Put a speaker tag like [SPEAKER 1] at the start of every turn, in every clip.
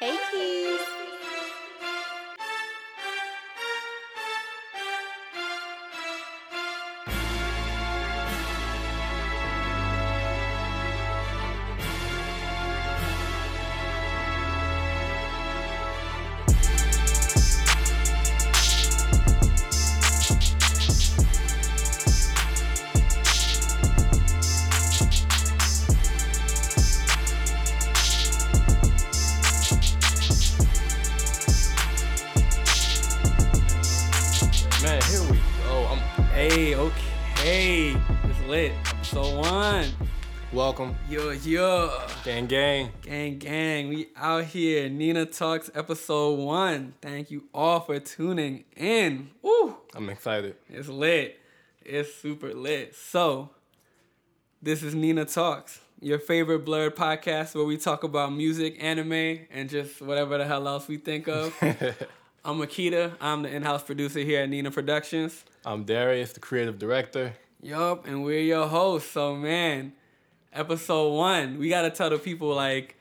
[SPEAKER 1] Hey, Keys.
[SPEAKER 2] Man, here we go. I'm,
[SPEAKER 3] Hey, okay. It's lit. Episode one.
[SPEAKER 2] welcome,
[SPEAKER 3] Yo, yo.
[SPEAKER 2] gang, gang.
[SPEAKER 3] Gang, gang. We out here. Nina Talks episode one. Thank you all for tuning in. Woo.
[SPEAKER 2] I'm excited.
[SPEAKER 3] It's lit. It's super lit. So, this is Nina Talks, your favorite Blurred podcast where we talk about music, anime, and just whatever the hell else we think of. I'm Akita. I'm the in house producer here at Nina Productions.
[SPEAKER 2] I'm Darius, the creative director.
[SPEAKER 3] Yup, and we're your hosts. So man, episode one, we gotta tell the people like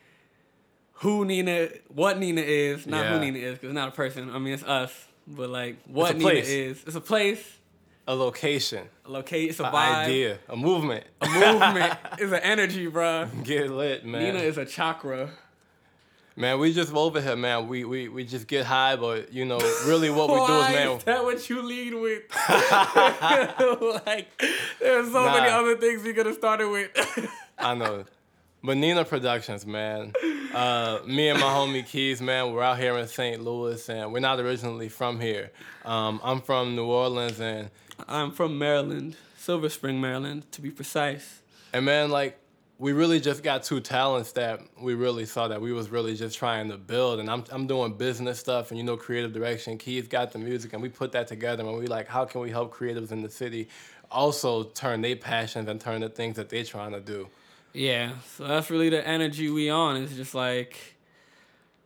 [SPEAKER 3] who Nina, what Nina is, not
[SPEAKER 2] Yeah.
[SPEAKER 3] who Nina is, because it's not a person. I mean, it's us, but like what
[SPEAKER 2] a
[SPEAKER 3] Nina
[SPEAKER 2] place.
[SPEAKER 3] is. It's a place,
[SPEAKER 2] A location,
[SPEAKER 3] a location, it's a
[SPEAKER 2] an
[SPEAKER 3] vibe,
[SPEAKER 2] idea, a movement.
[SPEAKER 3] a movement. it's an energy, bruh.
[SPEAKER 2] Get lit, man.
[SPEAKER 3] Nina is a chakra.
[SPEAKER 2] man, we just over here, man. We, we we just get high, but you know, really what we do is,
[SPEAKER 3] Why
[SPEAKER 2] man.
[SPEAKER 3] is that what you lead with? like, there's so many
[SPEAKER 2] Nah.
[SPEAKER 3] other things we could have started with.
[SPEAKER 2] I know. But Nina Productions, man. Uh, me and my homie Keys, man, we're out here in St. Louis, and we're not originally from here. Um, I'm from New Orleans, and
[SPEAKER 3] I'm from Maryland, Silver Spring, Maryland, to be precise.
[SPEAKER 2] And man, like we really just got two talents that we really saw that we was really just trying to build. And I'm I'm doing business stuff and you know creative direction. Keith got the music and we put that together and we like how can we help creatives in the city also turn their passions and turn the things that they're trying to do.
[SPEAKER 3] Yeah, so that's really the energy we on. It's just like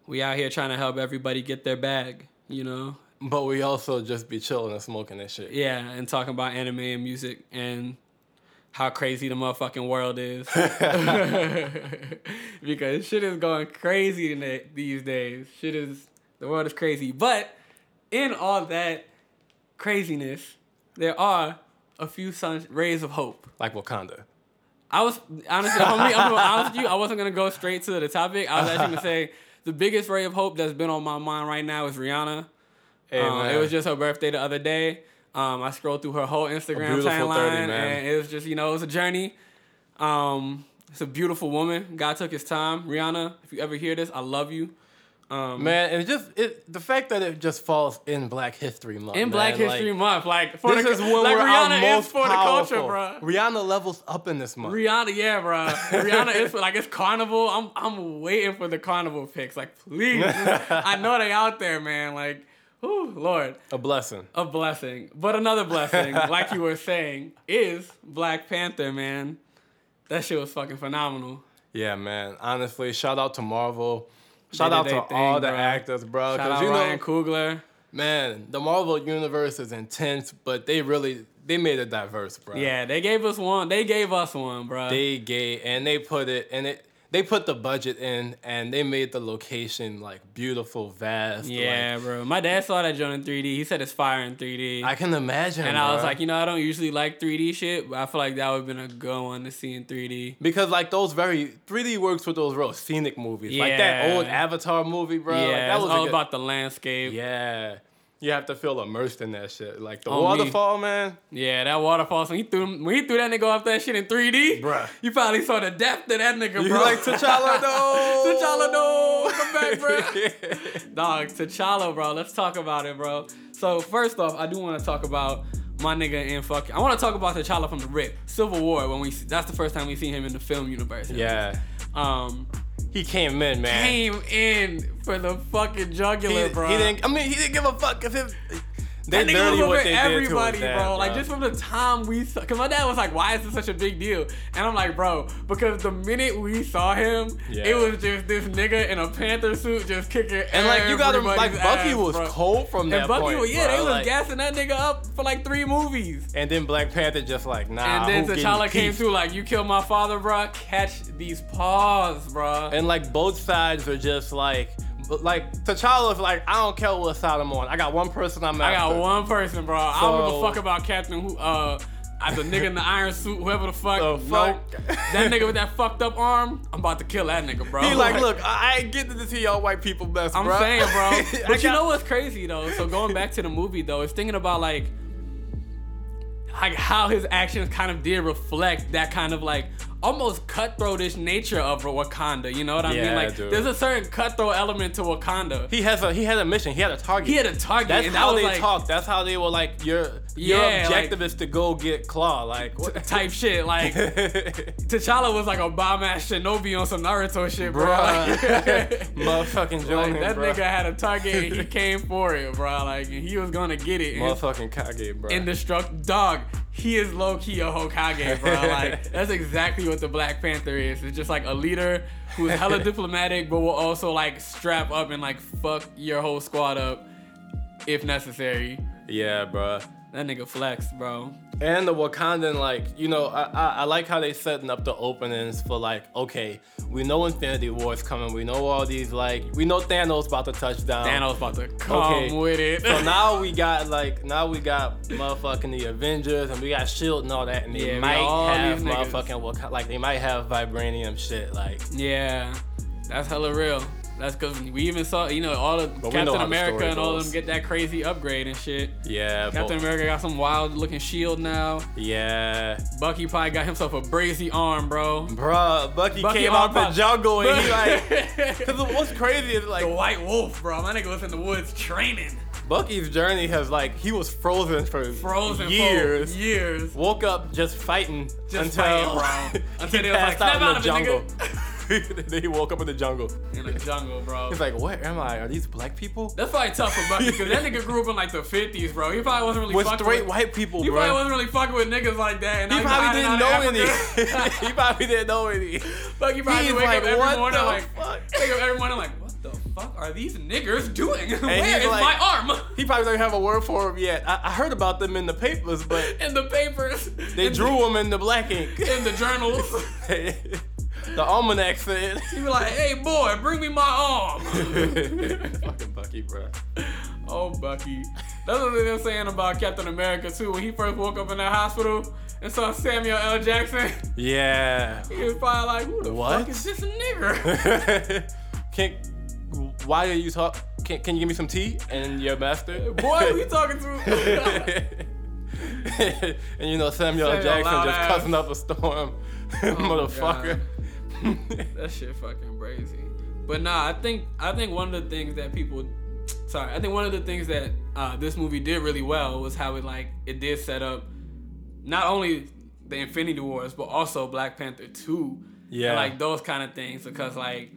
[SPEAKER 3] we out here trying to help everybody get their bag, you know?
[SPEAKER 2] But we also just be chilling and smoking and shit.
[SPEAKER 3] Yeah, and talking about anime and music and how crazy the motherfucking world is. because shit is going crazy tonight, these days. Shit is the world is crazy. But in all that craziness, there are a few sun rays of hope.
[SPEAKER 2] Like Wakanda.
[SPEAKER 3] I was honestly, homie, I'm gonna be honest with you. I wasn't gonna go straight to the topic. I was actually gonna say the biggest ray of hope that's been on my mind right now is Rihanna.
[SPEAKER 2] Hey,
[SPEAKER 3] Um, it was just her birthday the other day. Um, I scrolled through her whole Instagram
[SPEAKER 2] beautiful 30,
[SPEAKER 3] timeline,
[SPEAKER 2] man.
[SPEAKER 3] and it was just you know it was a journey. Um, it's a beautiful woman. God took His time. Rihanna, if you ever hear this, I love you. Um,
[SPEAKER 2] man, and it just it the fact that it just falls in Black History Month.
[SPEAKER 3] in Black
[SPEAKER 2] man,
[SPEAKER 3] History
[SPEAKER 2] like,
[SPEAKER 3] Month, like for
[SPEAKER 2] This
[SPEAKER 3] the
[SPEAKER 2] is when
[SPEAKER 3] like
[SPEAKER 2] we're
[SPEAKER 3] Rihanna
[SPEAKER 2] our most
[SPEAKER 3] is for the
[SPEAKER 2] powerful.
[SPEAKER 3] culture, bro.
[SPEAKER 2] Rihanna levels up in this month.
[SPEAKER 3] Rihanna, yeah, bro. Rihanna is like it's carnival. I'm I'm waiting for the carnival pics. Like, please, I know they out there, man. Like, whew, Lord,
[SPEAKER 2] a blessing.
[SPEAKER 3] a blessing. But another blessing, like you were saying, is Black Panther, man. That shit was fucking phenomenal.
[SPEAKER 2] Yeah, man. Honestly, shout out to Marvel. Shout out
[SPEAKER 3] did
[SPEAKER 2] to
[SPEAKER 3] their
[SPEAKER 2] all
[SPEAKER 3] thing,
[SPEAKER 2] the
[SPEAKER 3] bro.
[SPEAKER 2] actors, bro.
[SPEAKER 3] Shout
[SPEAKER 2] Because
[SPEAKER 3] out
[SPEAKER 2] you
[SPEAKER 3] Ryan
[SPEAKER 2] know,
[SPEAKER 3] Coogler.
[SPEAKER 2] man, the Marvel universe is intense, but they really they made it diverse, bro.
[SPEAKER 3] Yeah, they gave us one. They gave us one, bro.
[SPEAKER 2] They gay and they put it and it they put the budget in and they made the location like beautiful, vast.
[SPEAKER 3] yeah, bro. My dad saw that joint in 3D. He said it's fire in 3D.
[SPEAKER 2] Like, I can imagine.
[SPEAKER 3] and I was
[SPEAKER 2] bruh.
[SPEAKER 3] like, you know, I don't usually like 3D shit, but I feel like that would have been a good one to see in 3D.
[SPEAKER 2] because like those very 3D works with those real scenic movies, like that
[SPEAKER 3] Yeah.
[SPEAKER 2] old Avatar movie, bro. like,
[SPEAKER 3] yeah,
[SPEAKER 2] that
[SPEAKER 3] it's
[SPEAKER 2] was a
[SPEAKER 3] all
[SPEAKER 2] good-
[SPEAKER 3] about the landscape. Yeah.
[SPEAKER 2] Yeah, you have to feel immersed in that shit. Like the
[SPEAKER 3] Oh, me.
[SPEAKER 2] waterfall, man.
[SPEAKER 3] that waterfall. So he threw when he threw that nigga off that shit in 3D,
[SPEAKER 2] Bruh.
[SPEAKER 3] You probably saw the depth of that nigga,
[SPEAKER 2] You
[SPEAKER 3] bro.
[SPEAKER 2] like T'Challa,
[SPEAKER 3] T'Challa,
[SPEAKER 2] though.
[SPEAKER 3] no, come back, bro. Dog, T'Challa, bro. Let's talk about it, bro. So first off, I do want to talk about my nigga in fucking. I want to talk about T'Challa from the rip, Civil War. When we see, that's the first time we seen him in the film universe.
[SPEAKER 2] Yeah,
[SPEAKER 3] Um,
[SPEAKER 2] he came in, man.
[SPEAKER 3] came in for the fucking
[SPEAKER 2] he,
[SPEAKER 3] jugular, bro.
[SPEAKER 2] he didn't. I mean, he didn't give a fuck if it. They
[SPEAKER 3] That nigga was
[SPEAKER 2] dirty
[SPEAKER 3] over
[SPEAKER 2] what they
[SPEAKER 3] everybody,
[SPEAKER 2] did to his dad,
[SPEAKER 3] bro. Like just from the time we, saw, cause my dad was like, "Why is this such a big deal?" And I'm like, "Bro, because the minute we saw him,
[SPEAKER 2] Yeah.
[SPEAKER 3] it was just this nigga in a panther suit just kicking."
[SPEAKER 2] and like you got him. Like
[SPEAKER 3] everybody's
[SPEAKER 2] Bucky
[SPEAKER 3] ass,
[SPEAKER 2] was
[SPEAKER 3] bro.
[SPEAKER 2] cold from that
[SPEAKER 3] And Bucky,
[SPEAKER 2] point.
[SPEAKER 3] was, yeah,
[SPEAKER 2] bro.
[SPEAKER 3] they was
[SPEAKER 2] like,
[SPEAKER 3] gassing that nigga up for like three movies.
[SPEAKER 2] And then Black Panther just like nah.
[SPEAKER 3] and then
[SPEAKER 2] Ah, who getting
[SPEAKER 3] T'Challa came
[SPEAKER 2] peace?
[SPEAKER 3] through like, "You killed my father, bro. Catch these paws, bro."
[SPEAKER 2] And like both sides are just like But like T'Challa's like, I don't care what side I'm on. I got one person I'm
[SPEAKER 3] I got
[SPEAKER 2] after.
[SPEAKER 3] one person, bro. I don't give
[SPEAKER 2] So-
[SPEAKER 3] a fuck about Captain who uh I- the nigga in the iron suit, whoever the fuck.
[SPEAKER 2] The
[SPEAKER 3] Nope.
[SPEAKER 2] fuck?
[SPEAKER 3] that nigga with that fucked up arm, I'm about to kill that nigga, bro.
[SPEAKER 2] He like, look, I I ain't getting to see y'all white people best,
[SPEAKER 3] I'm
[SPEAKER 2] bruh."
[SPEAKER 3] saying,
[SPEAKER 2] I
[SPEAKER 3] bro. But you
[SPEAKER 2] got-
[SPEAKER 3] know what's crazy though? So going back to the movie though, it's thinking about like like how his actions kind of did reflect that kind of like almost cutthroatish nature of Wakanda. You know what I mean?
[SPEAKER 2] Yeah,
[SPEAKER 3] Like
[SPEAKER 2] dude.
[SPEAKER 3] there's a certain cutthroat element to Wakanda. He,
[SPEAKER 2] He has a he had a mission. He had a target.
[SPEAKER 3] had a target.
[SPEAKER 2] That's
[SPEAKER 3] and
[SPEAKER 2] how
[SPEAKER 3] that was
[SPEAKER 2] they
[SPEAKER 3] like,
[SPEAKER 2] talk. That's how they were like your your
[SPEAKER 3] Yeah,
[SPEAKER 2] objective
[SPEAKER 3] like-
[SPEAKER 2] is to go get Claw. Like what?
[SPEAKER 3] Type shit like T'Challa was like a bomb ass Shinobi on some Naruto shit, bro. Like,
[SPEAKER 2] Bruh. Motherfucking
[SPEAKER 3] like,
[SPEAKER 2] Jonan,
[SPEAKER 3] that
[SPEAKER 2] bruh.
[SPEAKER 3] nigga had a target and he came for it, bro. Like and he was gonna get it. And-
[SPEAKER 2] Motherfucking Kage, bro.
[SPEAKER 3] in the struck dog he is low-key a hokage bro like that's exactly what the black panther is it's just like a leader who's hella diplomatic but will also like strap up and like fuck your whole squad up if necessary
[SPEAKER 2] yeah, bruh.
[SPEAKER 3] that nigga flex bro
[SPEAKER 2] And the Wakandan, like, you know, I, I, I like how they setting up the openings for like, okay, we know Infinity War is coming. We know all these like, we know Thanos about to touch down.
[SPEAKER 3] thanos about to come
[SPEAKER 2] Okay.
[SPEAKER 3] with it
[SPEAKER 2] So now we got like, now we got motherfucking the Avengers and we got Shield E and all that, and they
[SPEAKER 3] Yeah, we got all
[SPEAKER 2] might have
[SPEAKER 3] these niggas.
[SPEAKER 2] motherfucking Wakanda, like they might have vibranium shit, like.
[SPEAKER 3] yeah that's hella real that's because we even saw you know all of
[SPEAKER 2] we know
[SPEAKER 3] captain
[SPEAKER 2] how the
[SPEAKER 3] america
[SPEAKER 2] story
[SPEAKER 3] and all of
[SPEAKER 2] goes.
[SPEAKER 3] them get that crazy upgrade and shit
[SPEAKER 2] Yeah, but-
[SPEAKER 3] captain america got some wild looking shield now
[SPEAKER 2] yeah,
[SPEAKER 3] bucky probably got himself a brazy arm bro
[SPEAKER 2] bruh. Bucky,
[SPEAKER 3] Bucky
[SPEAKER 2] came out the
[SPEAKER 3] Armstrong.
[SPEAKER 2] jungle and he like,
[SPEAKER 3] the
[SPEAKER 2] cause what's crazy is like
[SPEAKER 3] White Wolf, bro. My nigga was in the woods training.
[SPEAKER 2] Bucky's journey has like he was frozen for
[SPEAKER 3] Frozen for
[SPEAKER 2] years.
[SPEAKER 3] years.
[SPEAKER 2] Woke up just fighting
[SPEAKER 3] Just
[SPEAKER 2] until
[SPEAKER 3] fighting, bro.
[SPEAKER 2] he
[SPEAKER 3] Until they was like,
[SPEAKER 2] passed out in the
[SPEAKER 3] "Snap out
[SPEAKER 2] jungle.
[SPEAKER 3] of
[SPEAKER 2] then he woke up in the jungle.
[SPEAKER 3] In the jungle, bro.
[SPEAKER 2] He's like, "Where am I? Are these black people?"
[SPEAKER 3] That's probably tough for Bucky because that nigga grew up in like the 50s, bro. He probably wasn't really
[SPEAKER 2] With
[SPEAKER 3] fucking
[SPEAKER 2] straight
[SPEAKER 3] with,
[SPEAKER 2] white people,
[SPEAKER 3] He probably
[SPEAKER 2] bro.
[SPEAKER 3] wasn't really fucking with niggas like that. And
[SPEAKER 2] He
[SPEAKER 3] now
[SPEAKER 2] probably didn't
[SPEAKER 3] hiding
[SPEAKER 2] know
[SPEAKER 3] out in
[SPEAKER 2] any.
[SPEAKER 3] Africa.
[SPEAKER 2] he probably didn't know any.
[SPEAKER 3] Bucky probably
[SPEAKER 2] He's
[SPEAKER 3] wake
[SPEAKER 2] like,
[SPEAKER 3] up every
[SPEAKER 2] "What
[SPEAKER 3] morning
[SPEAKER 2] the
[SPEAKER 3] like,
[SPEAKER 2] fuck?"
[SPEAKER 3] wake up every morning like, what the fuck are these niggas doing? Where
[SPEAKER 2] he's
[SPEAKER 3] is
[SPEAKER 2] like-
[SPEAKER 3] my arm?
[SPEAKER 2] He probably don't have a word for him yet. I, I heard about them in the papers, but
[SPEAKER 3] in the papers.
[SPEAKER 2] they
[SPEAKER 3] in
[SPEAKER 2] drew him in the black ink.
[SPEAKER 3] the, in the journals.
[SPEAKER 2] the almanac said.
[SPEAKER 3] He be like, hey boy, bring me my arm.
[SPEAKER 2] Fucking Bucky, bro.
[SPEAKER 3] oh, Bucky. That's what they're saying about Captain America too. When he first woke up in that hospital and saw Samuel L. Jackson,
[SPEAKER 2] Yeah.
[SPEAKER 3] he was probably like, who the
[SPEAKER 2] What?
[SPEAKER 3] fuck is this nigger?
[SPEAKER 2] can why are you talk? Can, can you give me some tea and your master?
[SPEAKER 3] boy, who you talking to?
[SPEAKER 2] and you know Samuel
[SPEAKER 3] Samuel Oh
[SPEAKER 2] Jackson
[SPEAKER 3] loud
[SPEAKER 2] just
[SPEAKER 3] ass.
[SPEAKER 2] cussing up a storm, motherfucker.
[SPEAKER 3] that shit fucking crazy. But nah, I think I think one of the things that people, sorry, I think one of the things that uh, this movie did really well was how it like it did set up not only the Infinity Wars but also Black Panther two.
[SPEAKER 2] Yeah.
[SPEAKER 3] And, like those kind of things because like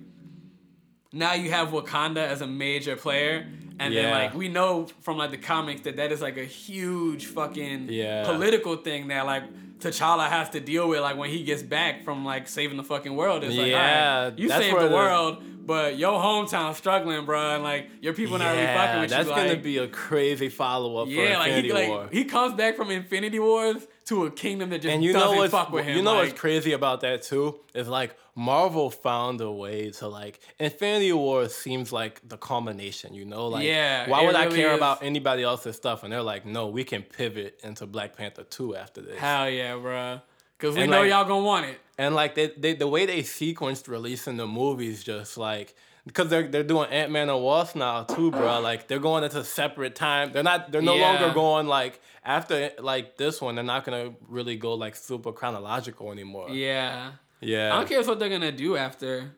[SPEAKER 3] now you have Wakanda as a major player. And then
[SPEAKER 2] Yeah.
[SPEAKER 3] like we know from like the comics that that is like a huge fucking
[SPEAKER 2] Yeah.
[SPEAKER 3] political thing that like T'Challa has to deal with like when he gets back from like saving the fucking world. It's like,
[SPEAKER 2] Yeah,
[SPEAKER 3] all right, you
[SPEAKER 2] that's
[SPEAKER 3] saved
[SPEAKER 2] where
[SPEAKER 3] the
[SPEAKER 2] the-
[SPEAKER 3] world, but your hometown's struggling, bro, and like your people not really fucking
[SPEAKER 2] yeah,
[SPEAKER 3] with
[SPEAKER 2] that's
[SPEAKER 3] you.
[SPEAKER 2] gonna
[SPEAKER 3] like,
[SPEAKER 2] be a crazy follow up
[SPEAKER 3] yeah,
[SPEAKER 2] for
[SPEAKER 3] like
[SPEAKER 2] Infinity
[SPEAKER 3] he like
[SPEAKER 2] War.
[SPEAKER 3] he comes back from Infinity Wars to a kingdom that just
[SPEAKER 2] and you know
[SPEAKER 3] doesn't
[SPEAKER 2] what's
[SPEAKER 3] fuck with him.
[SPEAKER 2] you know
[SPEAKER 3] like,
[SPEAKER 2] what's crazy about that too is like Marvel found a way to like Infinity War seems like the culmination. You know, like
[SPEAKER 3] Yeah,
[SPEAKER 2] why
[SPEAKER 3] it
[SPEAKER 2] would I
[SPEAKER 3] really
[SPEAKER 2] care
[SPEAKER 3] is.
[SPEAKER 2] about anybody else's stuff? And they're like, no, we can pivot into Black Panther two after this.
[SPEAKER 3] Hell yeah, bro. Cause we
[SPEAKER 2] And,
[SPEAKER 3] know
[SPEAKER 2] like-
[SPEAKER 3] y'all gonna want it.
[SPEAKER 2] And like they, they the way they sequenced releasing the movies just like because they're they're doing Ant Man and Wasp now too, bro. Like they're going into separate time. They're not they're no
[SPEAKER 3] Yeah.
[SPEAKER 2] longer going like after like this one, they're not gonna really go like super chronological anymore.
[SPEAKER 3] Yeah.
[SPEAKER 2] Yeah.
[SPEAKER 3] I don't care what they're gonna do after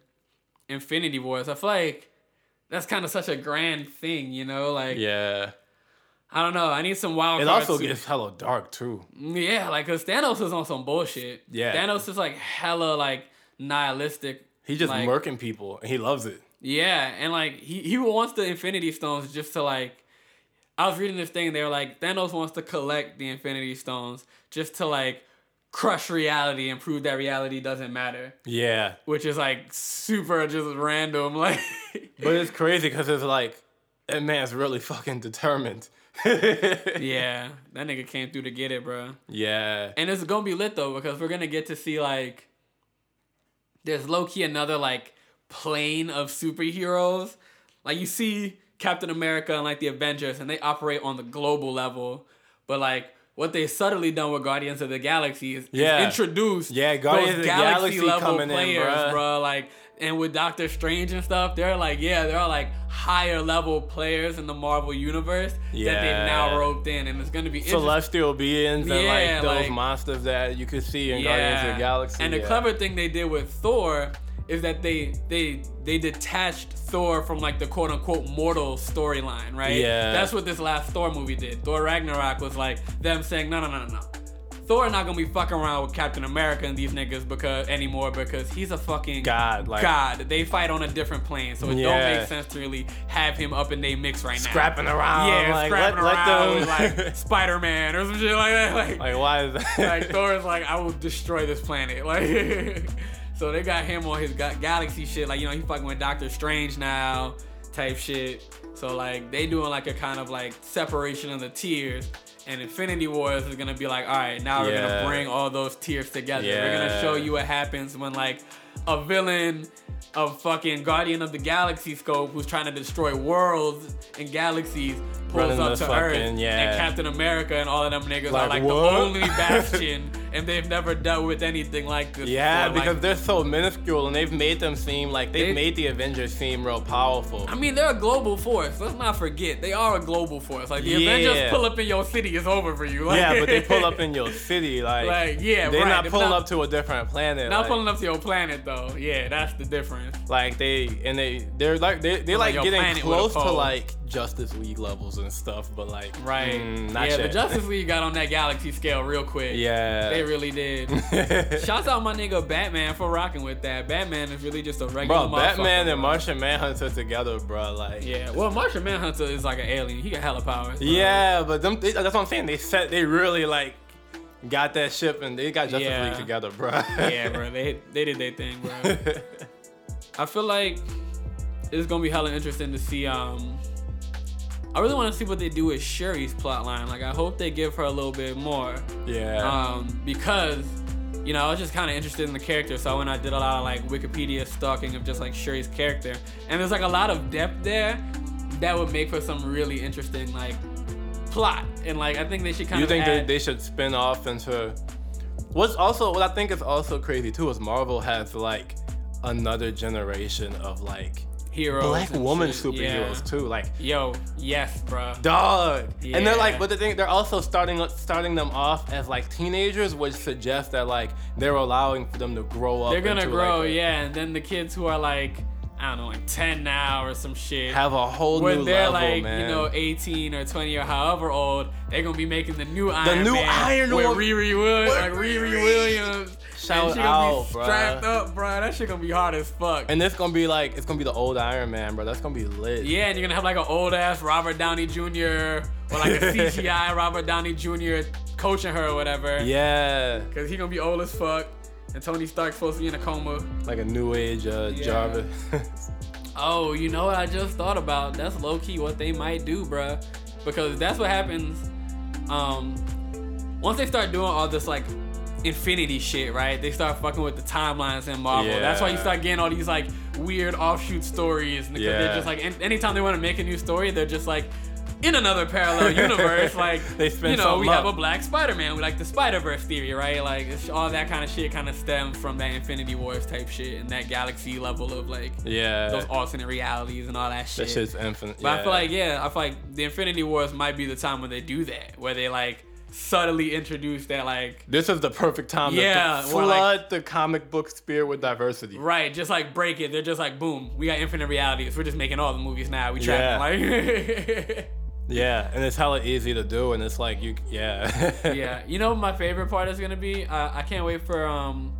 [SPEAKER 3] Infinity Wars. I feel like that's kind of such a grand thing, you know? Like
[SPEAKER 2] Yeah.
[SPEAKER 3] I don't know. I need some wild.
[SPEAKER 2] It
[SPEAKER 3] cards
[SPEAKER 2] also
[SPEAKER 3] too.
[SPEAKER 2] gets hella dark too.
[SPEAKER 3] Yeah, like cause Thanos is on some bullshit.
[SPEAKER 2] Yeah.
[SPEAKER 3] Thanos is like hella like nihilistic.
[SPEAKER 2] He just
[SPEAKER 3] like,
[SPEAKER 2] murking people and he loves it.
[SPEAKER 3] Yeah, and like he he wants the Infinity Stones just to like. I was reading this thing. and They were like Thanos wants to collect the Infinity Stones just to like crush reality and prove that reality doesn't matter,
[SPEAKER 2] Yeah.
[SPEAKER 3] which is like super just random. Like,
[SPEAKER 2] But it's crazy because it's like, that man's really fucking determined.
[SPEAKER 3] yeah, that nigga came through to get it, bro.
[SPEAKER 2] yeah.
[SPEAKER 3] And it's gonna be lit though because we're gonna get to see like there's low key another like plane of superheroes Like you see Captain America and like the Avengers, and they operate on the global level, but like. What they subtly done with Guardians of the Galaxy is, is
[SPEAKER 2] Yeah.
[SPEAKER 3] introduced
[SPEAKER 2] Yeah, Guardians
[SPEAKER 3] those
[SPEAKER 2] of the
[SPEAKER 3] Galaxy,
[SPEAKER 2] Galaxy
[SPEAKER 3] level
[SPEAKER 2] coming in,
[SPEAKER 3] players,
[SPEAKER 2] bruh.
[SPEAKER 3] bruh. Like, and with Doctor Strange and stuff, they're like, yeah, they're like higher level players in the Marvel universe that they
[SPEAKER 2] Yeah.
[SPEAKER 3] now roped in, and it's gonna be interesting.
[SPEAKER 2] celestial beings and
[SPEAKER 3] Yeah,
[SPEAKER 2] like those
[SPEAKER 3] like-
[SPEAKER 2] monsters that you could see in Guardians of the Galaxy.
[SPEAKER 3] And the
[SPEAKER 2] yeah.
[SPEAKER 3] clever thing they did with Thor is that they they they detached Thor from like the quote unquote mortal storyline, right?
[SPEAKER 2] Yeah.
[SPEAKER 3] That's what this last Thor movie did. Thor Ragnarok was like them saying, no, no, no, no, no. Thor not gonna be fucking around with Captain America and these niggas because anymore because he's a fucking
[SPEAKER 2] God, like
[SPEAKER 3] God. They fight on a different plane, so it don't
[SPEAKER 2] Yeah.
[SPEAKER 3] make sense to really have him up in they mix right now.
[SPEAKER 2] scrapping around.
[SPEAKER 3] yeah,
[SPEAKER 2] like,
[SPEAKER 3] scrapping
[SPEAKER 2] let,
[SPEAKER 3] around
[SPEAKER 2] Let them,
[SPEAKER 3] with like Spider Man or some shit like that. Like,
[SPEAKER 2] like, why is that?
[SPEAKER 3] like Thor is like, I will destroy this planet. Like, so they got him on his ga- galaxy shit. Like, you know, he fucking with Doctor Strange now, type shit. So like, they doing like a kind of like separation of the tiers. And Infinity Wars is gonna be like, all right, now we're gonna
[SPEAKER 2] Yeah.
[SPEAKER 3] bring all those tiers together. We're gonna
[SPEAKER 2] Yeah.
[SPEAKER 3] show you what happens when like a villain of fucking Guardian of the Galaxy scope who's trying to destroy worlds and galaxies pulls
[SPEAKER 2] Running
[SPEAKER 3] up
[SPEAKER 2] the
[SPEAKER 3] to Earth
[SPEAKER 2] fucking-
[SPEAKER 3] and
[SPEAKER 2] yeah.
[SPEAKER 3] Captain America and all of them niggas are
[SPEAKER 2] Like,
[SPEAKER 3] like
[SPEAKER 2] what?
[SPEAKER 3] the only bastion and they've never dealt with anything like this.
[SPEAKER 2] yeah,
[SPEAKER 3] before. Like,
[SPEAKER 2] because they're so minuscule and they've made them seem like they've
[SPEAKER 3] They-
[SPEAKER 2] made the Avengers seem real powerful.
[SPEAKER 3] I mean, they're a global force. Let's not forget they are a global force. Like the
[SPEAKER 2] Yeah.
[SPEAKER 3] Avengers pull up in your city, it's over for you. Like,
[SPEAKER 2] yeah, but they pull up in your city, like,
[SPEAKER 3] Like, yeah,
[SPEAKER 2] they're
[SPEAKER 3] right,
[SPEAKER 2] not
[SPEAKER 3] they're
[SPEAKER 2] pulling
[SPEAKER 3] not-
[SPEAKER 2] up to a different planet.
[SPEAKER 3] not
[SPEAKER 2] like,
[SPEAKER 3] pulling up to your planet though. Yeah, that's the difference.
[SPEAKER 2] like they and they they're like they they like
[SPEAKER 3] like your
[SPEAKER 2] getting
[SPEAKER 3] planet with a
[SPEAKER 2] close to
[SPEAKER 3] pole.
[SPEAKER 2] like Justice League levels and stuff, but like
[SPEAKER 3] Right.
[SPEAKER 2] mm, not
[SPEAKER 3] yeah,
[SPEAKER 2] yet.
[SPEAKER 3] the Justice League got on that galaxy scale real quick.
[SPEAKER 2] yeah,
[SPEAKER 3] They really did. Shouts out my nigga Batman for rocking with that. Batman is really just a
[SPEAKER 2] Bro,
[SPEAKER 3] regular motherfucker,
[SPEAKER 2] Batman and
[SPEAKER 3] bro.
[SPEAKER 2] Martian Manhunter together, bro. Like,
[SPEAKER 3] Yeah, well, Martian Manhunter is like an alien. He got hella powers. bro.
[SPEAKER 2] yeah, but them, they, that's what I'm saying. They set, they really like got that ship and they got Justice
[SPEAKER 3] Yeah.
[SPEAKER 2] League together, bro.
[SPEAKER 3] yeah, bro. They they did their thing, bro. I feel like it's gonna be hella interesting to see. Um, I really want to see what they do with Shuri's plotline. Like, I hope they give her a little bit more,
[SPEAKER 2] yeah,
[SPEAKER 3] um, because you know I was just kind of interested in the character. So when I did a lot of like Wikipedia stalking of just like Shuri's character, and there's like a lot of depth there that would make for some really interesting like plot. And like I think they should kind
[SPEAKER 2] you
[SPEAKER 3] of
[SPEAKER 2] think they,
[SPEAKER 3] add,
[SPEAKER 2] they should spin off into? What's also what I think is also crazy too is Marvel has like another generation of like
[SPEAKER 3] heroes
[SPEAKER 2] black
[SPEAKER 3] and
[SPEAKER 2] woman
[SPEAKER 3] shit.
[SPEAKER 2] superheroes
[SPEAKER 3] Yeah.
[SPEAKER 2] too, like.
[SPEAKER 3] Yo, yes, bruh.
[SPEAKER 2] Dog, and
[SPEAKER 3] Yeah.
[SPEAKER 2] they're like, but the thing, they're also starting starting them off as like teenagers, which suggests that like they're allowing for them to grow up.
[SPEAKER 3] They're gonna
[SPEAKER 2] into,
[SPEAKER 3] grow,
[SPEAKER 2] like, a-
[SPEAKER 3] yeah. And then the kids who are like, I don't know, like 10 now or some shit.
[SPEAKER 2] have a whole
[SPEAKER 3] when
[SPEAKER 2] new
[SPEAKER 3] they're
[SPEAKER 2] level,
[SPEAKER 3] like,
[SPEAKER 2] man.
[SPEAKER 3] you know, 18 or 20 or however old, they're gonna be making the new Iron Man.
[SPEAKER 2] new Iron
[SPEAKER 3] with
[SPEAKER 2] Wo-
[SPEAKER 3] Riri Williams.
[SPEAKER 2] with
[SPEAKER 3] Like Riri
[SPEAKER 2] Riri.
[SPEAKER 3] Williams.
[SPEAKER 2] Shout
[SPEAKER 3] and she
[SPEAKER 2] out,
[SPEAKER 3] gonna be
[SPEAKER 2] bruh.
[SPEAKER 3] strapped up, bro. That shit gonna be hard as fuck.
[SPEAKER 2] and it's gonna be like it's gonna be the old Iron Man, bro. That's gonna be lit.
[SPEAKER 3] yeah, and you're gonna have like an old ass Robert Downey Jr. or like a CGI Robert Downey Jr. coaching her or whatever.
[SPEAKER 2] Yeah,
[SPEAKER 3] Cause he gonna be old as fuck. And Tony Stark's supposed to be in a coma.
[SPEAKER 2] like a new age uh,
[SPEAKER 3] Yeah.
[SPEAKER 2] Jarvis.
[SPEAKER 3] Oh, you know what I just thought about? That's low key what they might do, bruh. Because that's what happens. Um, once they start doing all this like infinity shit, right? They start fucking with the timelines in Marvel. That's why you
[SPEAKER 2] Yeah.
[SPEAKER 3] start getting all these like weird offshoot stories. Because they're
[SPEAKER 2] Yeah.
[SPEAKER 3] just like, an- anytime they want to make a new story, they're just like, in another parallel universe, like
[SPEAKER 2] They spin
[SPEAKER 3] you know,
[SPEAKER 2] something
[SPEAKER 3] we have a
[SPEAKER 2] up.
[SPEAKER 3] black Spider-Man, we like the Spider-Verse theory, right? Like it's all that kind of shit kind of stems from that Infinity Wars type shit and that galaxy level of like
[SPEAKER 2] yeah,
[SPEAKER 3] those alternate realities and all that shit.
[SPEAKER 2] that shit's infinite.
[SPEAKER 3] but I
[SPEAKER 2] yeah.
[SPEAKER 3] feel like yeah, I feel like the Infinity Wars might be the time when they do that, where they like subtly introduce that like
[SPEAKER 2] this is the perfect time
[SPEAKER 3] Yeah,
[SPEAKER 2] to,
[SPEAKER 3] we're
[SPEAKER 2] to flood the comic book sphere with diversity.
[SPEAKER 3] right, just like break it. They're just like boom, we got infinite realities. We're just making all the movies now. We trapping like
[SPEAKER 2] Yeah, and it's hella easy to do, and it's like you, yeah,
[SPEAKER 3] yeah. You know what my favorite part is gonna be? Uh, I can't wait for um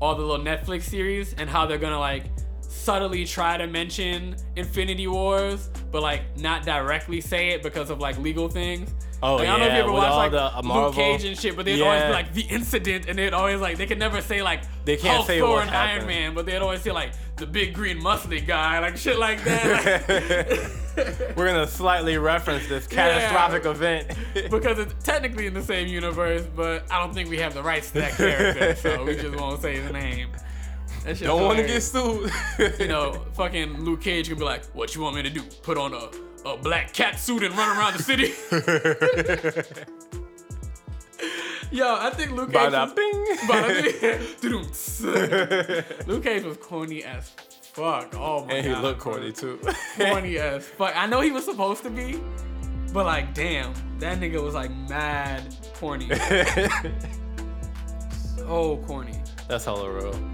[SPEAKER 3] all the little Netflix series and how they're gonna like subtly try to mention Infinity Wars, but like not directly say it because of like legal things.
[SPEAKER 2] Oh,
[SPEAKER 3] Like, I don't know if you
[SPEAKER 2] yeah,
[SPEAKER 3] ever
[SPEAKER 2] with
[SPEAKER 3] watched
[SPEAKER 2] all
[SPEAKER 3] like
[SPEAKER 2] the, uh,
[SPEAKER 3] Luke
[SPEAKER 2] Marvel-
[SPEAKER 3] Cage and shit, but they'd always be
[SPEAKER 2] Yeah.
[SPEAKER 3] like the incident, and they'd always like they could never say like
[SPEAKER 2] They can't
[SPEAKER 3] Hulk,
[SPEAKER 2] say
[SPEAKER 3] Thor
[SPEAKER 2] what
[SPEAKER 3] and Iron
[SPEAKER 2] happened.
[SPEAKER 3] Man, but they'd always say like the big green muscly guy, like shit like that. Like-
[SPEAKER 2] We're gonna slightly reference this catastrophic event.
[SPEAKER 3] because it's technically in the same universe, but I don't think we have the rights to that character, so we just won't say his name. That shit's
[SPEAKER 2] Don't want to get
[SPEAKER 3] hilarious.
[SPEAKER 2] sued.
[SPEAKER 3] you know, fucking Luke Cage could be like, "What you want me to do? Put on a, a black cat suit and run around the city?" Yo, I think Luke Cage.
[SPEAKER 2] Bada bing.
[SPEAKER 3] Bada bing. Doo-doo. Luke Cage was corny as fuck. Oh my god.
[SPEAKER 2] and he looked
[SPEAKER 3] bro.
[SPEAKER 2] corny too.
[SPEAKER 3] Corny as fuck. I know he was supposed to be, but like, damn, that nigga was like mad corny. oh, corny.
[SPEAKER 2] That's hella real.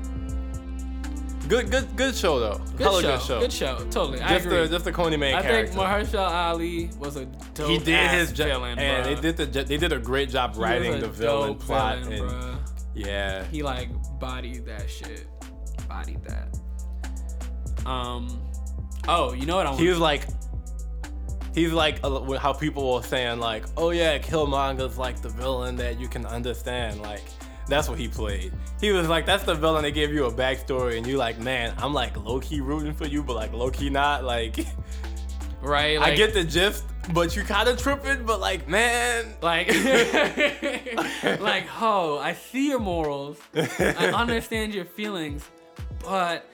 [SPEAKER 2] Good, good, good show though.
[SPEAKER 3] Good
[SPEAKER 2] hella
[SPEAKER 3] show.
[SPEAKER 2] good show.
[SPEAKER 3] Good show. Totally. I
[SPEAKER 2] Just
[SPEAKER 3] agree.
[SPEAKER 2] the just the corny main
[SPEAKER 3] I
[SPEAKER 2] character.
[SPEAKER 3] think Mahershala Ali was a dope.
[SPEAKER 2] he did
[SPEAKER 3] ass
[SPEAKER 2] his job,
[SPEAKER 3] villain,
[SPEAKER 2] and
[SPEAKER 3] bruh.
[SPEAKER 2] they did the jo- they did a great job
[SPEAKER 3] He was
[SPEAKER 2] writing
[SPEAKER 3] a
[SPEAKER 2] the villain
[SPEAKER 3] dope
[SPEAKER 2] plot.
[SPEAKER 3] villain,
[SPEAKER 2] and
[SPEAKER 3] bruh.
[SPEAKER 2] yeah,
[SPEAKER 3] He like bodied that shit. Bodied that. Um. Oh, you know what I want?
[SPEAKER 2] he was like, he's like a, how people were saying like, oh yeah, Killmonger's like the villain that you can understand. Like that's what he played. He was like, that's the villain that gave you a backstory, and you like, man, I'm like low key rooting for you, but like low key not. Like
[SPEAKER 3] right.
[SPEAKER 2] I
[SPEAKER 3] Like,
[SPEAKER 2] get the gist, but you kind of tripping. But like, man,
[SPEAKER 3] like, like, ho, I see your morals. I understand your feelings, but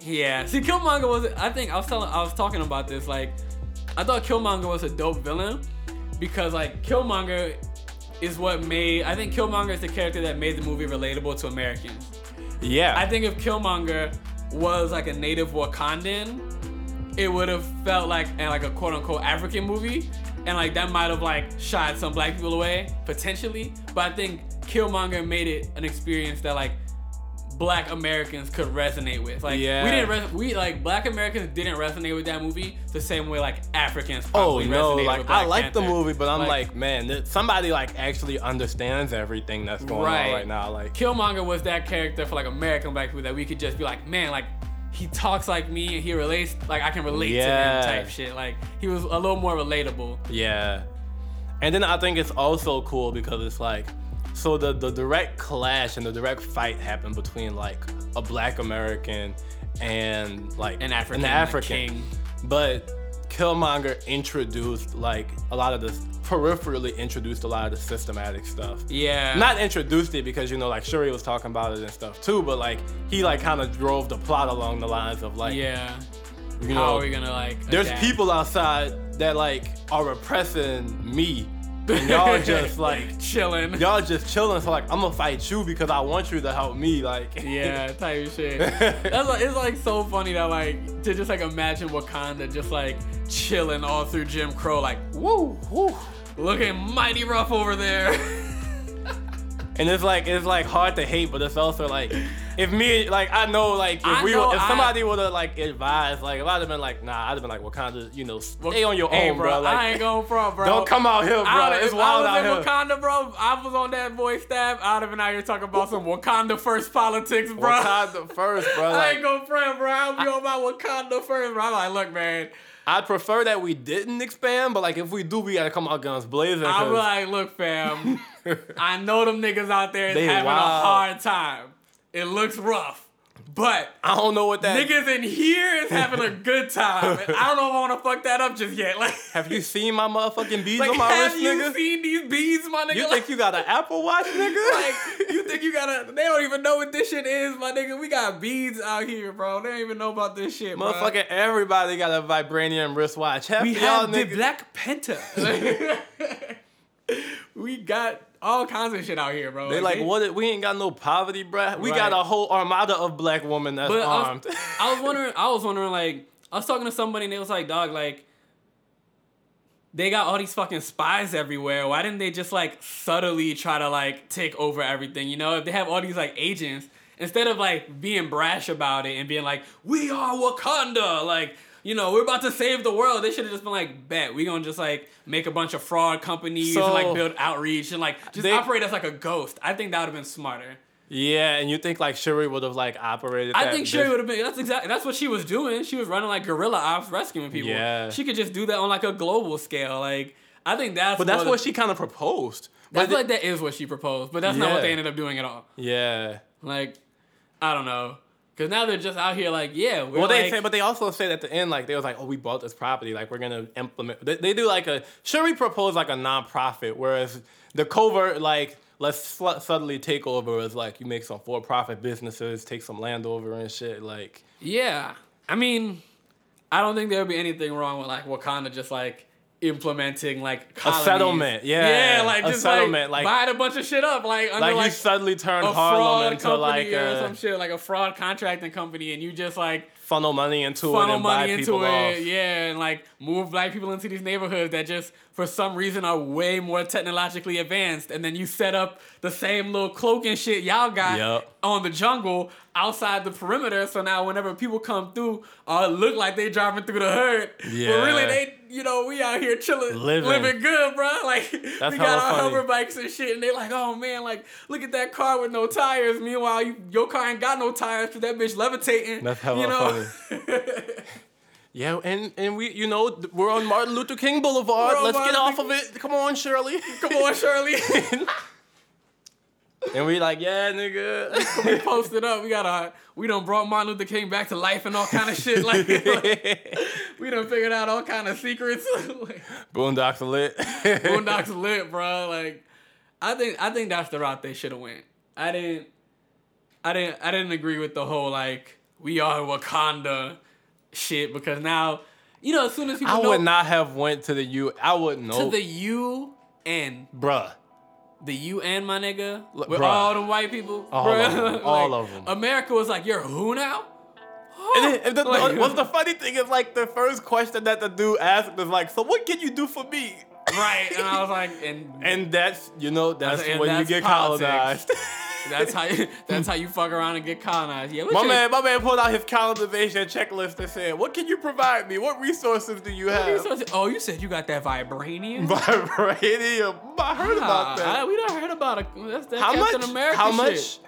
[SPEAKER 3] yeah. See, Killmonger was. I think I was telling. I was talking about this. Like, I thought Killmonger was a dope villain because like Killmonger is what made. I think Killmonger is the character that made the movie relatable to Americans.
[SPEAKER 2] yeah.
[SPEAKER 3] I think if Killmonger was like a native Wakandan, it would have felt like and like a quote unquote African movie, and like that might have like shied some black people away potentially. But I think Killmonger made it an experience that like black Americans could resonate with. Like we
[SPEAKER 2] Yeah.
[SPEAKER 3] didn't res- we like black Americans didn't resonate with that movie the same way like Africans.
[SPEAKER 2] Oh
[SPEAKER 3] Probably
[SPEAKER 2] no!
[SPEAKER 3] resonated
[SPEAKER 2] Like
[SPEAKER 3] with
[SPEAKER 2] I
[SPEAKER 3] Black
[SPEAKER 2] like the
[SPEAKER 3] Panther.
[SPEAKER 2] movie, but I'm
[SPEAKER 3] Like-
[SPEAKER 2] like, man, th- somebody like actually understands everything that's going
[SPEAKER 3] Right.
[SPEAKER 2] on right now. Like,
[SPEAKER 3] Killmonger was that character for like American black people that we could just be like, man, like he talks like me and he relates, like I can relate
[SPEAKER 2] Yeah.
[SPEAKER 3] to him type shit. Like he was a little more relatable.
[SPEAKER 2] yeah. And then I think it's also cool because it's like, so the the direct clash and the direct fight happened between like a Black American and like
[SPEAKER 3] An African,
[SPEAKER 2] an
[SPEAKER 3] like,
[SPEAKER 2] African.
[SPEAKER 3] king.
[SPEAKER 2] But Killmonger introduced like a lot of this peripherally introduced a lot of the systematic stuff.
[SPEAKER 3] Yeah.
[SPEAKER 2] not introduced it because you know like Shuri was talking about it and stuff too, but like he like kind of drove the plot along the lines of like
[SPEAKER 3] Yeah.
[SPEAKER 2] you
[SPEAKER 3] How
[SPEAKER 2] know
[SPEAKER 3] are we gonna like?
[SPEAKER 2] there's
[SPEAKER 3] adapt?
[SPEAKER 2] people outside that like are repressing me and y'all just like
[SPEAKER 3] chilling.
[SPEAKER 2] y'all just chilling so like I'm gonna fight you because I want you to help me like
[SPEAKER 3] Yeah, type of shit. That's like, it's like so funny that like to just like imagine Wakanda just like chilling all through Jim Crow, like
[SPEAKER 2] woo woo
[SPEAKER 3] looking mighty rough over there.
[SPEAKER 2] and it's like it's like hard to hate but it's also like if me like I know like if
[SPEAKER 3] I
[SPEAKER 2] we
[SPEAKER 3] know
[SPEAKER 2] if
[SPEAKER 3] I-
[SPEAKER 2] somebody would have like advised like if I'd have been like nah I'd have been like Wakanda you know stay on your
[SPEAKER 3] Hey,
[SPEAKER 2] own bro, like
[SPEAKER 3] I ain't going front, bro.
[SPEAKER 2] don't come out here bro
[SPEAKER 3] I would've-
[SPEAKER 2] it's
[SPEAKER 3] if
[SPEAKER 2] wild
[SPEAKER 3] I
[SPEAKER 2] out
[SPEAKER 3] was
[SPEAKER 2] here
[SPEAKER 3] in Wakanda, bro, I was on that voice stab. I'd have been out here talking about some Wakanda first politics, bro.
[SPEAKER 2] Wakanda first, bro.
[SPEAKER 3] I
[SPEAKER 2] Like,
[SPEAKER 3] ain't gonna front, bro. I'll be on my Wakanda first, bro. I'm like, look, man.
[SPEAKER 2] I prefer that we didn't expand, but like if we do, we gotta come out guns blazing.
[SPEAKER 3] I'm
[SPEAKER 2] 'cause-
[SPEAKER 3] like, look, fam. I know them niggas out there is
[SPEAKER 2] They
[SPEAKER 3] having a
[SPEAKER 2] wild.
[SPEAKER 3] hard time. It looks rough, but
[SPEAKER 2] I don't know what that.
[SPEAKER 3] niggas in here is having a good time. And I don't know if I want to fuck that up just yet. Like,
[SPEAKER 2] Have you seen my motherfucking beads
[SPEAKER 3] like
[SPEAKER 2] on my
[SPEAKER 3] have
[SPEAKER 2] wrist,
[SPEAKER 3] you
[SPEAKER 2] nigga?
[SPEAKER 3] seen these beads, my nigga?
[SPEAKER 2] you
[SPEAKER 3] Like-
[SPEAKER 2] think you got an Apple Watch, nigga?
[SPEAKER 3] like you think you gotta they don't even know what this shit is my nigga we got beads out here bro they don't even know about this shit bro.
[SPEAKER 2] motherfucking everybody got a vibranium wristwatch. Half
[SPEAKER 3] we
[SPEAKER 2] of y'all
[SPEAKER 3] have the
[SPEAKER 2] niggas.
[SPEAKER 3] black penta we got all kinds of shit out here bro
[SPEAKER 2] they like, what? We ain't got no poverty, bruh. We got
[SPEAKER 3] Right.
[SPEAKER 2] a whole armada of black women that's
[SPEAKER 3] but I
[SPEAKER 2] armed.
[SPEAKER 3] was, I was wondering i was wondering like i was talking to somebody and they was like dog like they got all these fucking spies everywhere. Why didn't they just like subtly try to like take over everything? You know, if they have all these like agents, instead of like being brash about it and being like, we are Wakanda, like, you know, we're about to save the world. They should have just been like, bet, we gonna just like make a bunch of fraud companies and like
[SPEAKER 2] So-
[SPEAKER 3] build outreach and like just
[SPEAKER 2] They-
[SPEAKER 3] operate as like a ghost. I think that would have been smarter.
[SPEAKER 2] yeah, and you think like Shuri would have like operated?
[SPEAKER 3] I
[SPEAKER 2] that
[SPEAKER 3] think Sherry would have been. That's exactly. That's what she was doing. She was running like guerrilla ops, rescuing people.
[SPEAKER 2] Yeah.
[SPEAKER 3] She could just do that on like a global scale. Like I think that's.
[SPEAKER 2] But that's what she kind of proposed.
[SPEAKER 3] I
[SPEAKER 2] But
[SPEAKER 3] feel like that is what she proposed, but that's not what
[SPEAKER 2] Yeah.
[SPEAKER 3] they ended up doing at all.
[SPEAKER 2] yeah.
[SPEAKER 3] Like, I don't know, because now they're just out here like, yeah, we're
[SPEAKER 2] Well, they
[SPEAKER 3] like,
[SPEAKER 2] say, but they also said at the end, like they was like, "Oh, we bought this property. Like we're gonna implement." They, they do like a Shuri proposed like a nonprofit, whereas the covert like let's sl- subtly take over is like you make some for profit businesses, take some land over and shit. Like
[SPEAKER 3] Yeah. I mean, I don't think there would be anything wrong with like Wakanda just like implementing like colonies.
[SPEAKER 2] settlement, yeah.
[SPEAKER 3] Yeah, like
[SPEAKER 2] A
[SPEAKER 3] just
[SPEAKER 2] settlement,
[SPEAKER 3] like,
[SPEAKER 2] like-
[SPEAKER 3] buying a bunch of shit up like under
[SPEAKER 2] like,
[SPEAKER 3] like,
[SPEAKER 2] you suddenly turn
[SPEAKER 3] a
[SPEAKER 2] Harlem
[SPEAKER 3] fraud
[SPEAKER 2] into
[SPEAKER 3] company
[SPEAKER 2] like uh,
[SPEAKER 3] or some
[SPEAKER 2] a
[SPEAKER 3] shit, like a fraud contracting company and you just like
[SPEAKER 2] funnel money into it
[SPEAKER 3] funnel
[SPEAKER 2] and buy
[SPEAKER 3] money into
[SPEAKER 2] people
[SPEAKER 3] it,
[SPEAKER 2] off.
[SPEAKER 3] yeah, and like move black people into these neighborhoods that just for some reason are way more technologically advanced, and then you set up the same little cloak and shit y'all got
[SPEAKER 2] Yup.
[SPEAKER 3] on the jungle outside the perimeter. So now whenever people come through, uh, it look like they driving through the hood, but
[SPEAKER 2] Yeah.
[SPEAKER 3] really they. You know, we out here chilling, living,
[SPEAKER 2] Living.
[SPEAKER 3] good, bro. Like we got
[SPEAKER 2] hella
[SPEAKER 3] our
[SPEAKER 2] funny.
[SPEAKER 3] hover bikes and shit, and they like, oh man, like look at that car with no tires. Meanwhile, you, your car ain't got no tires, cause that bitch levitating.
[SPEAKER 2] That's hella
[SPEAKER 3] you know?
[SPEAKER 2] funny. Yeah, and, and we you know th- we're on Martin Luther King Boulevard.
[SPEAKER 3] We're on
[SPEAKER 2] Let's get off
[SPEAKER 3] Martin
[SPEAKER 2] of it. Come on, Shirley.
[SPEAKER 3] Come on, Shirley.
[SPEAKER 2] and we like yeah, nigga.
[SPEAKER 3] we posted up. We got our. We done brought Martin Luther King back to life and all kind of shit. Like, we done figured out all kind of secrets. like,
[SPEAKER 2] Boondocks are lit.
[SPEAKER 3] Boondocks lit, bro. Like, I think I think that's the route they should have went. I didn't. I didn't. I didn't agree with the whole like we are Wakanda shit because now you know as soon as people
[SPEAKER 2] I
[SPEAKER 3] know
[SPEAKER 2] would not have went to the U. I wouldn't
[SPEAKER 3] to
[SPEAKER 2] know,
[SPEAKER 3] the UN,
[SPEAKER 2] bruh.
[SPEAKER 3] the UN, my nigga,
[SPEAKER 2] Look,
[SPEAKER 3] with
[SPEAKER 2] bruh.
[SPEAKER 3] all the white people,
[SPEAKER 2] All
[SPEAKER 3] bruh.
[SPEAKER 2] of 'em. All of 'em.
[SPEAKER 3] America was like, "You're who now?"
[SPEAKER 2] And then- and the,
[SPEAKER 3] Oh. Like-
[SPEAKER 2] what's the funny thing is like the first question that the dude asked was like, "So what can you do for me?"
[SPEAKER 3] right? And I was like, and,
[SPEAKER 2] And that's you know that's
[SPEAKER 3] And
[SPEAKER 2] when
[SPEAKER 3] that's
[SPEAKER 2] you get
[SPEAKER 3] politics.
[SPEAKER 2] colonized.
[SPEAKER 3] that's how you, that's how you fuck around and get colonized. Yeah, what
[SPEAKER 2] my
[SPEAKER 3] you-
[SPEAKER 2] man, my man pulled out his colonization checklist and said, "What can you provide me? What resources do you
[SPEAKER 3] what you
[SPEAKER 2] have?"
[SPEAKER 3] supposed to- oh, you said you got that vibranium.
[SPEAKER 2] Vibranium. I heard about
[SPEAKER 3] Ah,
[SPEAKER 2] that.
[SPEAKER 3] we done heard about it. That's that
[SPEAKER 2] How
[SPEAKER 3] Captain
[SPEAKER 2] much?
[SPEAKER 3] America
[SPEAKER 2] How
[SPEAKER 3] shit.
[SPEAKER 2] much?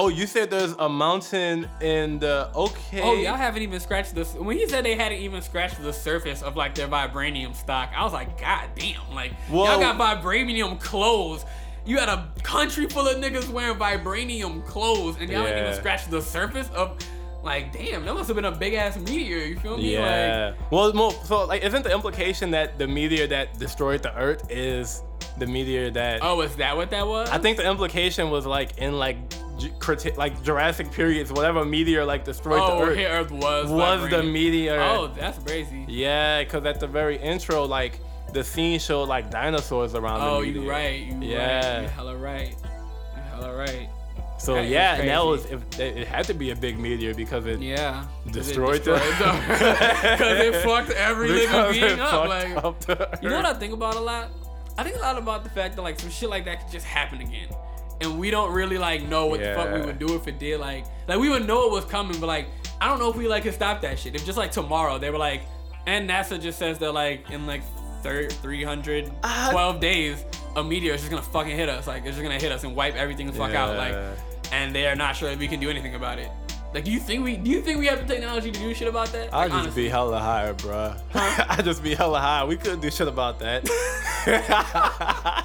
[SPEAKER 2] Oh, you said there's a mountain in the okay.
[SPEAKER 3] Oh, y'all haven't even scratched this. When he said they hadn't even scratched the surface of like their vibranium stock, I was like, God damn! Like y'all
[SPEAKER 2] Whoa.
[SPEAKER 3] got vibranium clothes. You had a country full of niggas wearing vibranium clothes, and y'all ain't
[SPEAKER 2] Yeah.
[SPEAKER 3] even scratched the surface of. Like, damn, that must have been a big ass meteor. You feel me? Like,
[SPEAKER 2] Yeah. well, mo- so like, isn't the implication that the meteor that destroyed the Earth is the meteor that?
[SPEAKER 3] Oh, is that what that was?
[SPEAKER 2] I think the implication was like in like Ju- Creta- like Jurassic periods, whatever meteor like destroyed
[SPEAKER 3] oh,
[SPEAKER 2] the Earth
[SPEAKER 3] here Earth was
[SPEAKER 2] was the
[SPEAKER 3] vibranium.
[SPEAKER 2] meteor.
[SPEAKER 3] Oh, that's crazy.
[SPEAKER 2] Yeah, because at the very intro, like the scene showed like dinosaurs around.
[SPEAKER 3] Oh,
[SPEAKER 2] the
[SPEAKER 3] you
[SPEAKER 2] meteor.
[SPEAKER 3] right. You right.
[SPEAKER 2] Yeah.
[SPEAKER 3] You hella right. You hella right.
[SPEAKER 2] So
[SPEAKER 3] That is
[SPEAKER 2] yeah, and that was
[SPEAKER 3] crazy.
[SPEAKER 2] if, it, it had to be a big meteor because it
[SPEAKER 3] Yeah. 'Cause it
[SPEAKER 2] Destroyed the-
[SPEAKER 3] destroyed Because it fucked every living
[SPEAKER 2] because it
[SPEAKER 3] being up.
[SPEAKER 2] fucked
[SPEAKER 3] Like,
[SPEAKER 2] up the
[SPEAKER 3] you know
[SPEAKER 2] Earth.
[SPEAKER 3] what I think about a lot? I think a lot about the fact that like some shit like that could just happen again. And we don't really like know what the fuck we
[SPEAKER 2] Yeah.
[SPEAKER 3] would do if it did. Like, like we would know it was coming, but like, I don't know if we like could stop that shit. If just like tomorrow they were like, and NASA just says that like in like thir- 312 days, a meteor is just gonna fucking hit us. Like, it's just gonna hit us and wipe everything the fuck out. Like,
[SPEAKER 2] Yeah.
[SPEAKER 3] and they are not sure if we can do anything about it. Like, do you think we do you think we have the technology to do shit about that?
[SPEAKER 2] I'd
[SPEAKER 3] Like,
[SPEAKER 2] just be hella high, bruh. I'd just be hella high. We couldn't do shit about that. I'd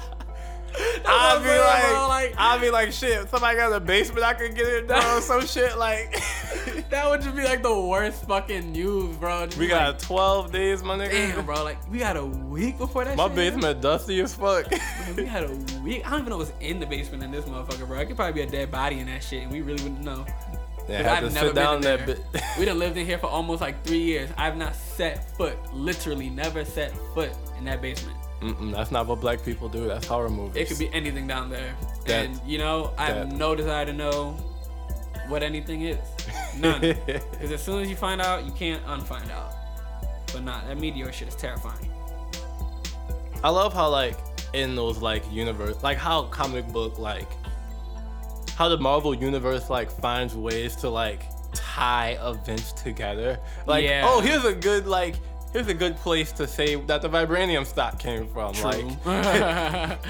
[SPEAKER 3] what I'm saying, bro,
[SPEAKER 2] be like,
[SPEAKER 3] like-
[SPEAKER 2] I'd be like, shit. Somebody got a basement I could get in there or some shit. Like,
[SPEAKER 3] that would just be like the worst fucking news, bro. Just
[SPEAKER 2] we
[SPEAKER 3] be
[SPEAKER 2] got
[SPEAKER 3] like,
[SPEAKER 2] 12 days, my nigga.
[SPEAKER 3] damn, bro. Like we got a week before that.
[SPEAKER 2] My
[SPEAKER 3] shit happened?
[SPEAKER 2] basement dusty as fuck.
[SPEAKER 3] We had a week. I don't even know what's in the basement in this motherfucker, bro. It could probably be a dead body in that shit, and we really wouldn't know.
[SPEAKER 2] Yeah,
[SPEAKER 3] Cause
[SPEAKER 2] had to
[SPEAKER 3] I've never
[SPEAKER 2] sit down
[SPEAKER 3] been in
[SPEAKER 2] that
[SPEAKER 3] there.
[SPEAKER 2] bit.
[SPEAKER 3] we done lived in here for almost like three years. I've not set foot, literally never set foot in that basement.
[SPEAKER 2] Mm-mm, that's not what black people do. That's horror movies.
[SPEAKER 3] It could be anything down there.
[SPEAKER 2] That-
[SPEAKER 3] and you know, I have
[SPEAKER 2] that-
[SPEAKER 3] no desire to know what anything is. None. Because as soon as you find out, you can't unfind out. But not that meteor shit is terrifying.
[SPEAKER 2] I love how like in those like universe, like how comic book like how the Marvel universe like finds ways to like tie events together. Like,
[SPEAKER 3] Yeah.
[SPEAKER 2] oh, here's a good like here's a good place to say that the vibranium stock came from. Like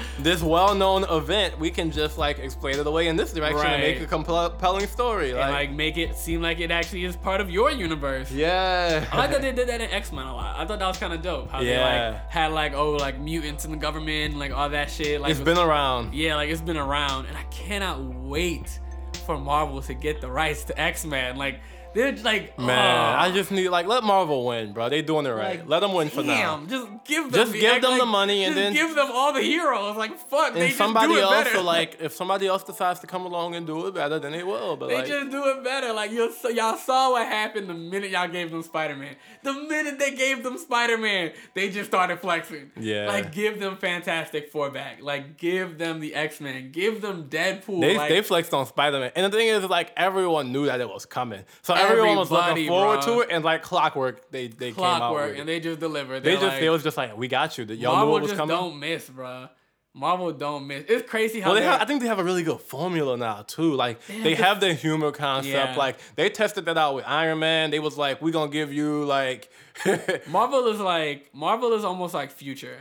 [SPEAKER 2] this well-known event, we can just like explain it away in this direction and make a
[SPEAKER 3] Right.
[SPEAKER 2] compelling story.
[SPEAKER 3] and
[SPEAKER 2] Like,
[SPEAKER 3] like make it seem like it actually is part of your universe.
[SPEAKER 2] yeah.
[SPEAKER 3] I like that they did that in X Men a lot. I thought that was kind of dope. How they
[SPEAKER 2] Yeah.
[SPEAKER 3] like had like oh like mutants in the government, and, like all that shit. Like
[SPEAKER 2] it's been around.
[SPEAKER 3] Yeah, like it's been around, and I cannot wait for Marvel to get the rights to X Men. Like They're just like, oh,
[SPEAKER 2] Man,
[SPEAKER 3] "Ugh."
[SPEAKER 2] I just need like let Marvel win, bro. They doing it right.
[SPEAKER 3] Like,
[SPEAKER 2] let them win for now.
[SPEAKER 3] Damn, just give them
[SPEAKER 2] Just
[SPEAKER 3] the,
[SPEAKER 2] give
[SPEAKER 3] act
[SPEAKER 2] them the
[SPEAKER 3] like-
[SPEAKER 2] money and
[SPEAKER 3] just
[SPEAKER 2] then-
[SPEAKER 3] give them all the heroes. Like fuck, they
[SPEAKER 2] And
[SPEAKER 3] just
[SPEAKER 2] somebody
[SPEAKER 3] do it
[SPEAKER 2] else,
[SPEAKER 3] better.
[SPEAKER 2] will, like if somebody else decides to come along and do it better, then they will. But
[SPEAKER 3] they
[SPEAKER 2] like,
[SPEAKER 3] just do it better. Like you so y'all saw what happened the minute y'all gave them Spider Man. The minute they gave them Spider Man, they just started flexing.
[SPEAKER 2] Yeah.
[SPEAKER 3] Like give them Fantastic Four back. Like give them the X Men. Give them Deadpool.
[SPEAKER 2] They,
[SPEAKER 3] like,
[SPEAKER 2] they flexed on Spider Man, and the thing is, like everyone knew that it was coming, so everyone was looking
[SPEAKER 3] Everybody,
[SPEAKER 2] forward
[SPEAKER 3] bruh.
[SPEAKER 2] to it. And like clockwork, they they came out with
[SPEAKER 3] clockwork,
[SPEAKER 2] it.
[SPEAKER 3] and they just delivered.
[SPEAKER 2] they
[SPEAKER 3] They're
[SPEAKER 2] just
[SPEAKER 3] like,
[SPEAKER 2] they was just like, we got you. That y'all
[SPEAKER 3] Marvel
[SPEAKER 2] knew it was
[SPEAKER 3] just
[SPEAKER 2] coming.
[SPEAKER 3] don't miss, bruh. Marvel don't miss. It's crazy how
[SPEAKER 2] well, they
[SPEAKER 3] they-
[SPEAKER 2] have, I think they have a really good formula now too. Like they,
[SPEAKER 3] have
[SPEAKER 2] have their humor concept.
[SPEAKER 3] Yeah.
[SPEAKER 2] Like they tested that out with Iron Man. They was like, we gonna give you like,
[SPEAKER 3] Marvel is like Marvel is almost like future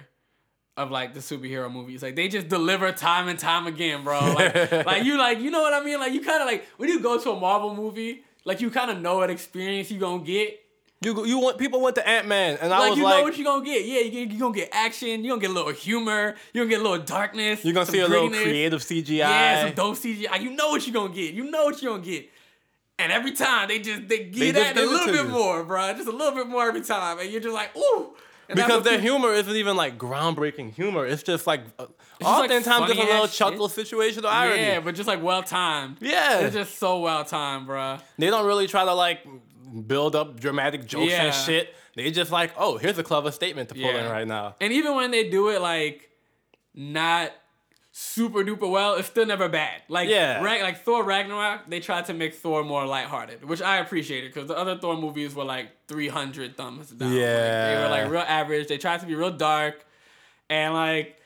[SPEAKER 3] of like the superhero movies. Like they just deliver time and time again, bro. Like, like you like you know what I mean? Like you kind of like when you go to a Marvel movie, like you kind of know what experience you gonna get.
[SPEAKER 2] you you want people went to Ant Man, and I
[SPEAKER 3] Like
[SPEAKER 2] was
[SPEAKER 3] you
[SPEAKER 2] like,
[SPEAKER 3] know what you gonna get. Yeah, you you gonna get action. You gonna get a little humor. You gonna get a little darkness.
[SPEAKER 2] you're gonna
[SPEAKER 3] some
[SPEAKER 2] see a little
[SPEAKER 3] grittiness.
[SPEAKER 2] creative CGI.
[SPEAKER 3] Yeah, some dope CGI. You know what you gonna get. You know what you gonna get. And every time they just they give
[SPEAKER 2] just
[SPEAKER 3] that a
[SPEAKER 2] give it
[SPEAKER 3] little
[SPEAKER 2] to
[SPEAKER 3] bit
[SPEAKER 2] you.
[SPEAKER 3] more, bro. Just a little bit more every time, and you're just like, ooh. And that's
[SPEAKER 2] because
[SPEAKER 3] what
[SPEAKER 2] their
[SPEAKER 3] people-
[SPEAKER 2] humor isn't even like groundbreaking humor. It's just like uh,
[SPEAKER 3] like,
[SPEAKER 2] oftentimes just a
[SPEAKER 3] funny-ass
[SPEAKER 2] little
[SPEAKER 3] shit.
[SPEAKER 2] chuckle situation or irony.
[SPEAKER 3] Yeah, but just like well timed.
[SPEAKER 2] Yeah.
[SPEAKER 3] It's just so well timed, bruh.
[SPEAKER 2] They don't really try to like build up dramatic jokes
[SPEAKER 3] Yeah.
[SPEAKER 2] and shit. They just like, oh, here's a clever statement to pull
[SPEAKER 3] Yeah.
[SPEAKER 2] in right now.
[SPEAKER 3] And even when they do it like not super duper well, it's still never bad. Like
[SPEAKER 2] Yeah.
[SPEAKER 3] Rag- like Thor Ragnarok, they tried to make Thor more lighthearted, which I appreciated because the other Thor movies were like 300 thumbs down. Like, they
[SPEAKER 2] Yeah.
[SPEAKER 3] were like real average. They tried to be real dark and like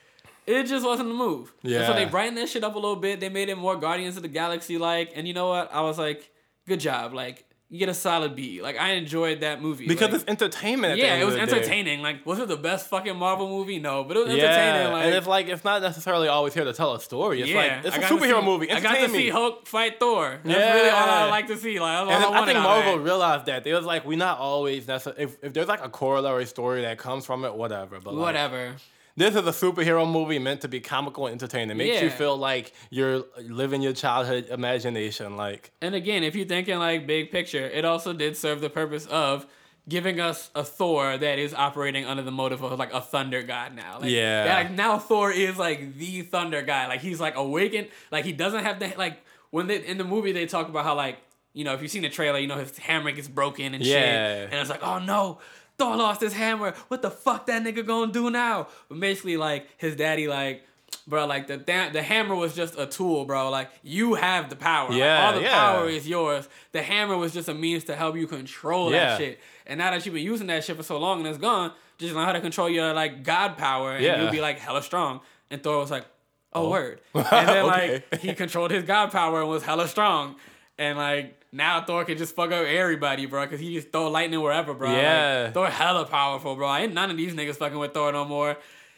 [SPEAKER 3] it just wasn't the move. And so
[SPEAKER 2] Yeah.
[SPEAKER 3] they brightened that shit up a little bit. They made it more Guardians of the Galaxy like. And you know what? I was like, good job. Like, you get a solid B. Like, I enjoyed that movie.
[SPEAKER 2] Because
[SPEAKER 3] Like,
[SPEAKER 2] it's entertainment. At the
[SPEAKER 3] yeah,
[SPEAKER 2] end
[SPEAKER 3] it
[SPEAKER 2] of
[SPEAKER 3] was
[SPEAKER 2] the day.
[SPEAKER 3] entertaining. Like, was it the best fucking Marvel movie? No, but it was
[SPEAKER 2] Yeah,
[SPEAKER 3] entertaining. Like,
[SPEAKER 2] and it's like it's not necessarily always here to tell a story. It's
[SPEAKER 3] yeah,
[SPEAKER 2] like it's
[SPEAKER 3] I
[SPEAKER 2] a
[SPEAKER 3] got to
[SPEAKER 2] superhero
[SPEAKER 3] see-
[SPEAKER 2] movie.
[SPEAKER 3] I got to
[SPEAKER 2] Entertain me.
[SPEAKER 3] see Hulk fight Thor. That's
[SPEAKER 2] Yeah.
[SPEAKER 3] really all I like to see. Like, that's
[SPEAKER 2] And
[SPEAKER 3] all I,
[SPEAKER 2] I
[SPEAKER 3] wanted
[SPEAKER 2] think
[SPEAKER 3] out of
[SPEAKER 2] Marvel
[SPEAKER 3] that.
[SPEAKER 2] realized that they was like, we're not always necessar If, if there's like a corollary story that comes from it, whatever. But like,
[SPEAKER 3] Whatever.
[SPEAKER 2] this is a superhero movie meant to be comical and entertaining. It makes you
[SPEAKER 3] Yeah.
[SPEAKER 2] feel like you're living your childhood imagination. Like
[SPEAKER 3] And again, if you're thinking like big picture, it also did serve the purpose of giving us a Thor that is operating under the motive of like a thunder god now. Like,
[SPEAKER 2] Yeah.
[SPEAKER 3] that, like now Thor is like the thunder guy. Like he's like awakened. Like he doesn't have the like when they in the movie they talk about how like you know if you've seen the trailer you know his hammer gets broken and
[SPEAKER 2] Yeah.
[SPEAKER 3] shit and it's like oh no. Thor lost his hammer. What the fuck that nigga gonna do now? But basically, like his daddy, like, bro, like the da- the hammer was just a tool, bro. Like you have the power. Like,
[SPEAKER 2] Yeah,
[SPEAKER 3] all the
[SPEAKER 2] yeah.
[SPEAKER 3] power is yours. The hammer was just a means to help you control
[SPEAKER 2] Yeah.
[SPEAKER 3] that shit. And now that you've been using that shit for so long and it's gone, just learn how to control your like god power, and
[SPEAKER 2] Yeah.
[SPEAKER 3] you'll be like hella strong. And Thor was like, "Oh, word," and then
[SPEAKER 2] Okay.
[SPEAKER 3] like he controlled his god power and was hella strong. And like now Thor can just fuck up everybody, bro, because he just throw lightning wherever, bro. Like,
[SPEAKER 2] Yeah.
[SPEAKER 3] Thor hella powerful, bro. Ain't none of these niggas fucking with Thor no more.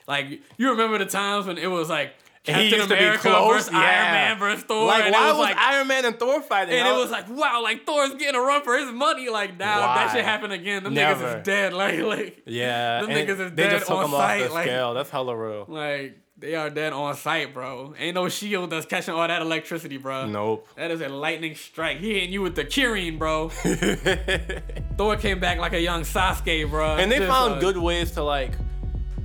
[SPEAKER 3] Like you remember the times when it was like. Captain
[SPEAKER 2] he used
[SPEAKER 3] America
[SPEAKER 2] to be close.
[SPEAKER 3] versus
[SPEAKER 2] yeah.
[SPEAKER 3] Iron Man versus Thor.
[SPEAKER 2] Like
[SPEAKER 3] and it
[SPEAKER 2] why
[SPEAKER 3] was,
[SPEAKER 2] was,
[SPEAKER 3] like,
[SPEAKER 2] Iron Man and Thor fighting?
[SPEAKER 3] and
[SPEAKER 2] I
[SPEAKER 3] it was like, wow, like Thor's getting a run for his money. Like now, if that
[SPEAKER 2] Why?
[SPEAKER 3] shit happened again. Them niggas
[SPEAKER 2] Never.
[SPEAKER 3] is dead. Like, like,
[SPEAKER 2] yeah,
[SPEAKER 3] them
[SPEAKER 2] and
[SPEAKER 3] niggas is
[SPEAKER 2] they
[SPEAKER 3] dead
[SPEAKER 2] just took
[SPEAKER 3] on
[SPEAKER 2] him
[SPEAKER 3] sight,
[SPEAKER 2] off the
[SPEAKER 3] like-
[SPEAKER 2] scale. That's hella real.
[SPEAKER 3] like they are dead on sight, bro. Ain't no shield that's catching all that electricity, bro.
[SPEAKER 2] Nope.
[SPEAKER 3] That is a lightning strike. He hitting you with the Kirin, bro. Thor came back like a young Sasuke, bro.
[SPEAKER 2] And they
[SPEAKER 3] Just,
[SPEAKER 2] found
[SPEAKER 3] uh,
[SPEAKER 2] good ways to like.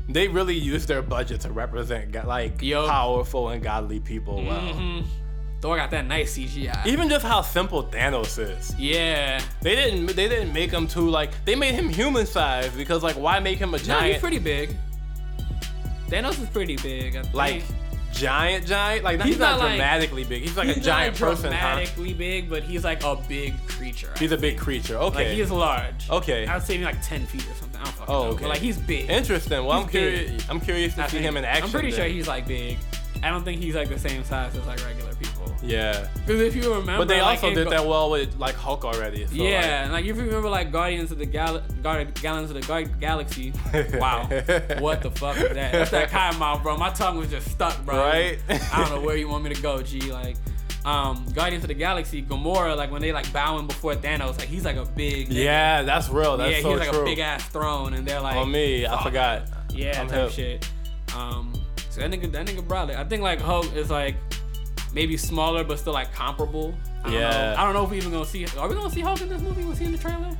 [SPEAKER 2] They really used their budget to represent go- like
[SPEAKER 3] Yo.
[SPEAKER 2] powerful and godly people well.
[SPEAKER 3] Mm-hmm. Thor got that nice CGI.
[SPEAKER 2] Even just how simple Thanos is.
[SPEAKER 3] Yeah.
[SPEAKER 2] They didn't. They didn't make him too like. They made him human sized because like why make him a
[SPEAKER 3] No, he's
[SPEAKER 2] giant?
[SPEAKER 3] pretty big. Thanos is pretty big. I think.
[SPEAKER 2] like giant, giant. Like he's,
[SPEAKER 3] He's
[SPEAKER 2] not,
[SPEAKER 3] not, like-
[SPEAKER 2] dramatically big. He's like
[SPEAKER 3] he's
[SPEAKER 2] a giant
[SPEAKER 3] not
[SPEAKER 2] person. Huh?
[SPEAKER 3] dramatically big, but he's like a big creature.
[SPEAKER 2] He's a big creature. Okay.
[SPEAKER 3] Like he is large.
[SPEAKER 2] Okay.
[SPEAKER 3] I'd say maybe like ten feet or something. I don't fucking
[SPEAKER 2] Oh,
[SPEAKER 3] know.
[SPEAKER 2] okay.
[SPEAKER 3] But like he's big.
[SPEAKER 2] Interesting. Well, I'm
[SPEAKER 3] He's big.
[SPEAKER 2] curious. I'm curious to
[SPEAKER 3] I
[SPEAKER 2] see
[SPEAKER 3] think-
[SPEAKER 2] him in action.
[SPEAKER 3] I'm pretty
[SPEAKER 2] then.
[SPEAKER 3] sure he's like big. I don't think he's like the same size as like regular people.
[SPEAKER 2] Yeah,
[SPEAKER 3] Because if you remember,
[SPEAKER 2] but they
[SPEAKER 3] like,
[SPEAKER 2] also
[SPEAKER 3] in
[SPEAKER 2] did
[SPEAKER 3] Gu-
[SPEAKER 2] that well with like Hulk already. So, like-
[SPEAKER 3] yeah, and, like, if you remember, like Guardians of the Gal, Guard, Guardians of the Gar- Galaxy. Wow, what the fuck is that? That's that kind of mouth, bro. My tongue was just stuck, bro.
[SPEAKER 2] Right?
[SPEAKER 3] I don't know where you want me to go, G. Like, um, Guardians of the Galaxy, Gamora, like when they like bowing before Thanos, like he's like a big. nigga.
[SPEAKER 2] yeah, that's real. That's
[SPEAKER 3] yeah,
[SPEAKER 2] so
[SPEAKER 3] he's like
[SPEAKER 2] true. Oh,
[SPEAKER 3] a big ass throne, and they're like,
[SPEAKER 2] On me, I forgot.
[SPEAKER 3] yeah,
[SPEAKER 2] I'm
[SPEAKER 3] type
[SPEAKER 2] hip.
[SPEAKER 3] shit. Um, so that nigga, that nigga brought it. I think like Hulk is like maybe smaller but still like comparable. I I don't
[SPEAKER 2] Yeah.
[SPEAKER 3] know. I don't know if we even gonna see. Are we gonna see Hulk in this movie? Was he in the trailer?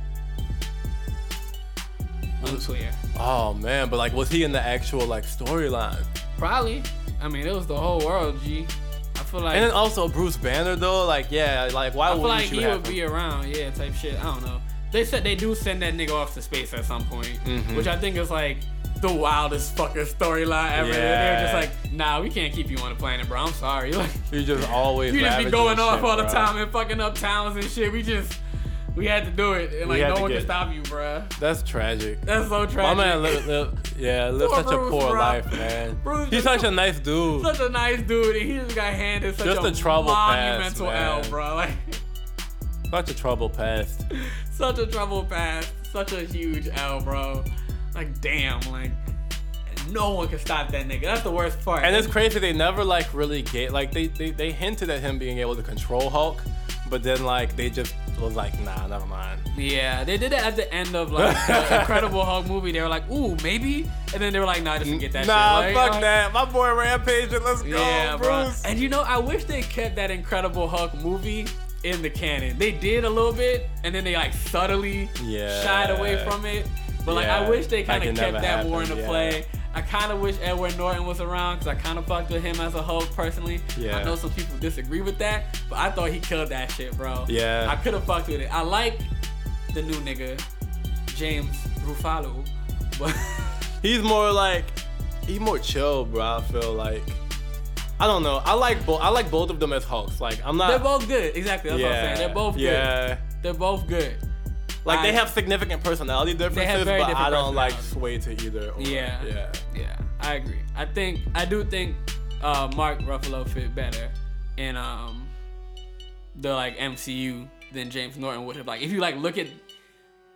[SPEAKER 3] I'm swear.
[SPEAKER 2] Oh man, but like, was he in the actual like storyline?
[SPEAKER 3] Probably. I mean, it was the whole world, G. I feel like
[SPEAKER 2] And then also Bruce Banner though, like yeah, like why
[SPEAKER 3] I
[SPEAKER 2] would
[SPEAKER 3] feel like
[SPEAKER 2] you
[SPEAKER 3] he
[SPEAKER 2] have
[SPEAKER 3] would be around, yeah, type shit. I don't know. They said they do send that nigga off to space at some point,
[SPEAKER 2] Mm-hmm.
[SPEAKER 3] which I think is like the wildest fucking storyline ever.
[SPEAKER 2] Yeah.
[SPEAKER 3] They're just like, nah, we can't keep you on the planet, bro. I'm sorry. Like,
[SPEAKER 2] You just always
[SPEAKER 3] you just be
[SPEAKER 2] ravaging
[SPEAKER 3] going off
[SPEAKER 2] shit,
[SPEAKER 3] all the
[SPEAKER 2] bro.
[SPEAKER 3] time and fucking up towns and shit. We just, we had to do it, and
[SPEAKER 2] We
[SPEAKER 3] like
[SPEAKER 2] had
[SPEAKER 3] no
[SPEAKER 2] to
[SPEAKER 3] one
[SPEAKER 2] get
[SPEAKER 3] can
[SPEAKER 2] it.
[SPEAKER 3] stop you, bro.
[SPEAKER 2] That's tragic.
[SPEAKER 3] That's
[SPEAKER 2] My
[SPEAKER 3] so tragic.
[SPEAKER 2] man, live, live, yeah, live
[SPEAKER 3] Poor
[SPEAKER 2] such a
[SPEAKER 3] Bruce,
[SPEAKER 2] poor
[SPEAKER 3] bro.
[SPEAKER 2] life, man.
[SPEAKER 3] Bruce
[SPEAKER 2] He's
[SPEAKER 3] is
[SPEAKER 2] such a nice dude.
[SPEAKER 3] such a nice dude, and he just got handed such
[SPEAKER 2] Just
[SPEAKER 3] a
[SPEAKER 2] a trouble past,
[SPEAKER 3] monumental
[SPEAKER 2] man.
[SPEAKER 3] L, bro. Like,
[SPEAKER 2] Such a trouble past.
[SPEAKER 3] such a trouble pass, such a huge L, bro. Like, damn, like, no one can stop that nigga. That's the worst part.
[SPEAKER 2] And it's crazy they never like really get like they, they they hinted at him being able to control Hulk, but then like they just was like nah, never mind.
[SPEAKER 3] yeah, they did that at the end of like the Incredible Hulk movie. They were like, ooh, maybe, and then they were like, nah, just forget that.
[SPEAKER 2] nah,
[SPEAKER 3] shit. Like,
[SPEAKER 2] fuck
[SPEAKER 3] like,
[SPEAKER 2] that. My boy rampaging. Let's go,
[SPEAKER 3] Yeah, bro.
[SPEAKER 2] Bruce.
[SPEAKER 3] And you know, I wish they kept that Incredible Hulk movie in the canon. They did a little bit, and then they like subtly
[SPEAKER 2] Yeah.
[SPEAKER 3] shied away from it. But like, I
[SPEAKER 2] Yeah.
[SPEAKER 3] wish they kind
[SPEAKER 2] Like,
[SPEAKER 3] of
[SPEAKER 2] it
[SPEAKER 3] kept that
[SPEAKER 2] never
[SPEAKER 3] more into
[SPEAKER 2] happened, yeah.
[SPEAKER 3] play. I kind of wish Edward Norton was around because I kind of fucked with him as a Hulk personally.
[SPEAKER 2] Yeah.
[SPEAKER 3] I know some people disagree with that, but I thought he killed that shit, bro.
[SPEAKER 2] Yeah.
[SPEAKER 3] I could have fucked with it. I like the new nigga, James Ruffalo, but
[SPEAKER 2] He's more like he's more chill, bro. I feel like I don't know. I like both. I like both of them as Hulks. Like I'm not.
[SPEAKER 3] they're both good. Exactly. That's
[SPEAKER 2] yeah,
[SPEAKER 3] what I'm saying. They're both good.
[SPEAKER 2] Yeah.
[SPEAKER 3] They're both good.
[SPEAKER 2] Like they
[SPEAKER 3] I-
[SPEAKER 2] have significant personality differences, but
[SPEAKER 3] very different
[SPEAKER 2] I don't like sway
[SPEAKER 3] personalities.
[SPEAKER 2] to either. Or,
[SPEAKER 3] Yeah.
[SPEAKER 2] Yeah.
[SPEAKER 3] Yeah, I agree. I think I do think uh, Mark Ruffalo fit better in um, the like MCU than James Norton would have. Like if you like look at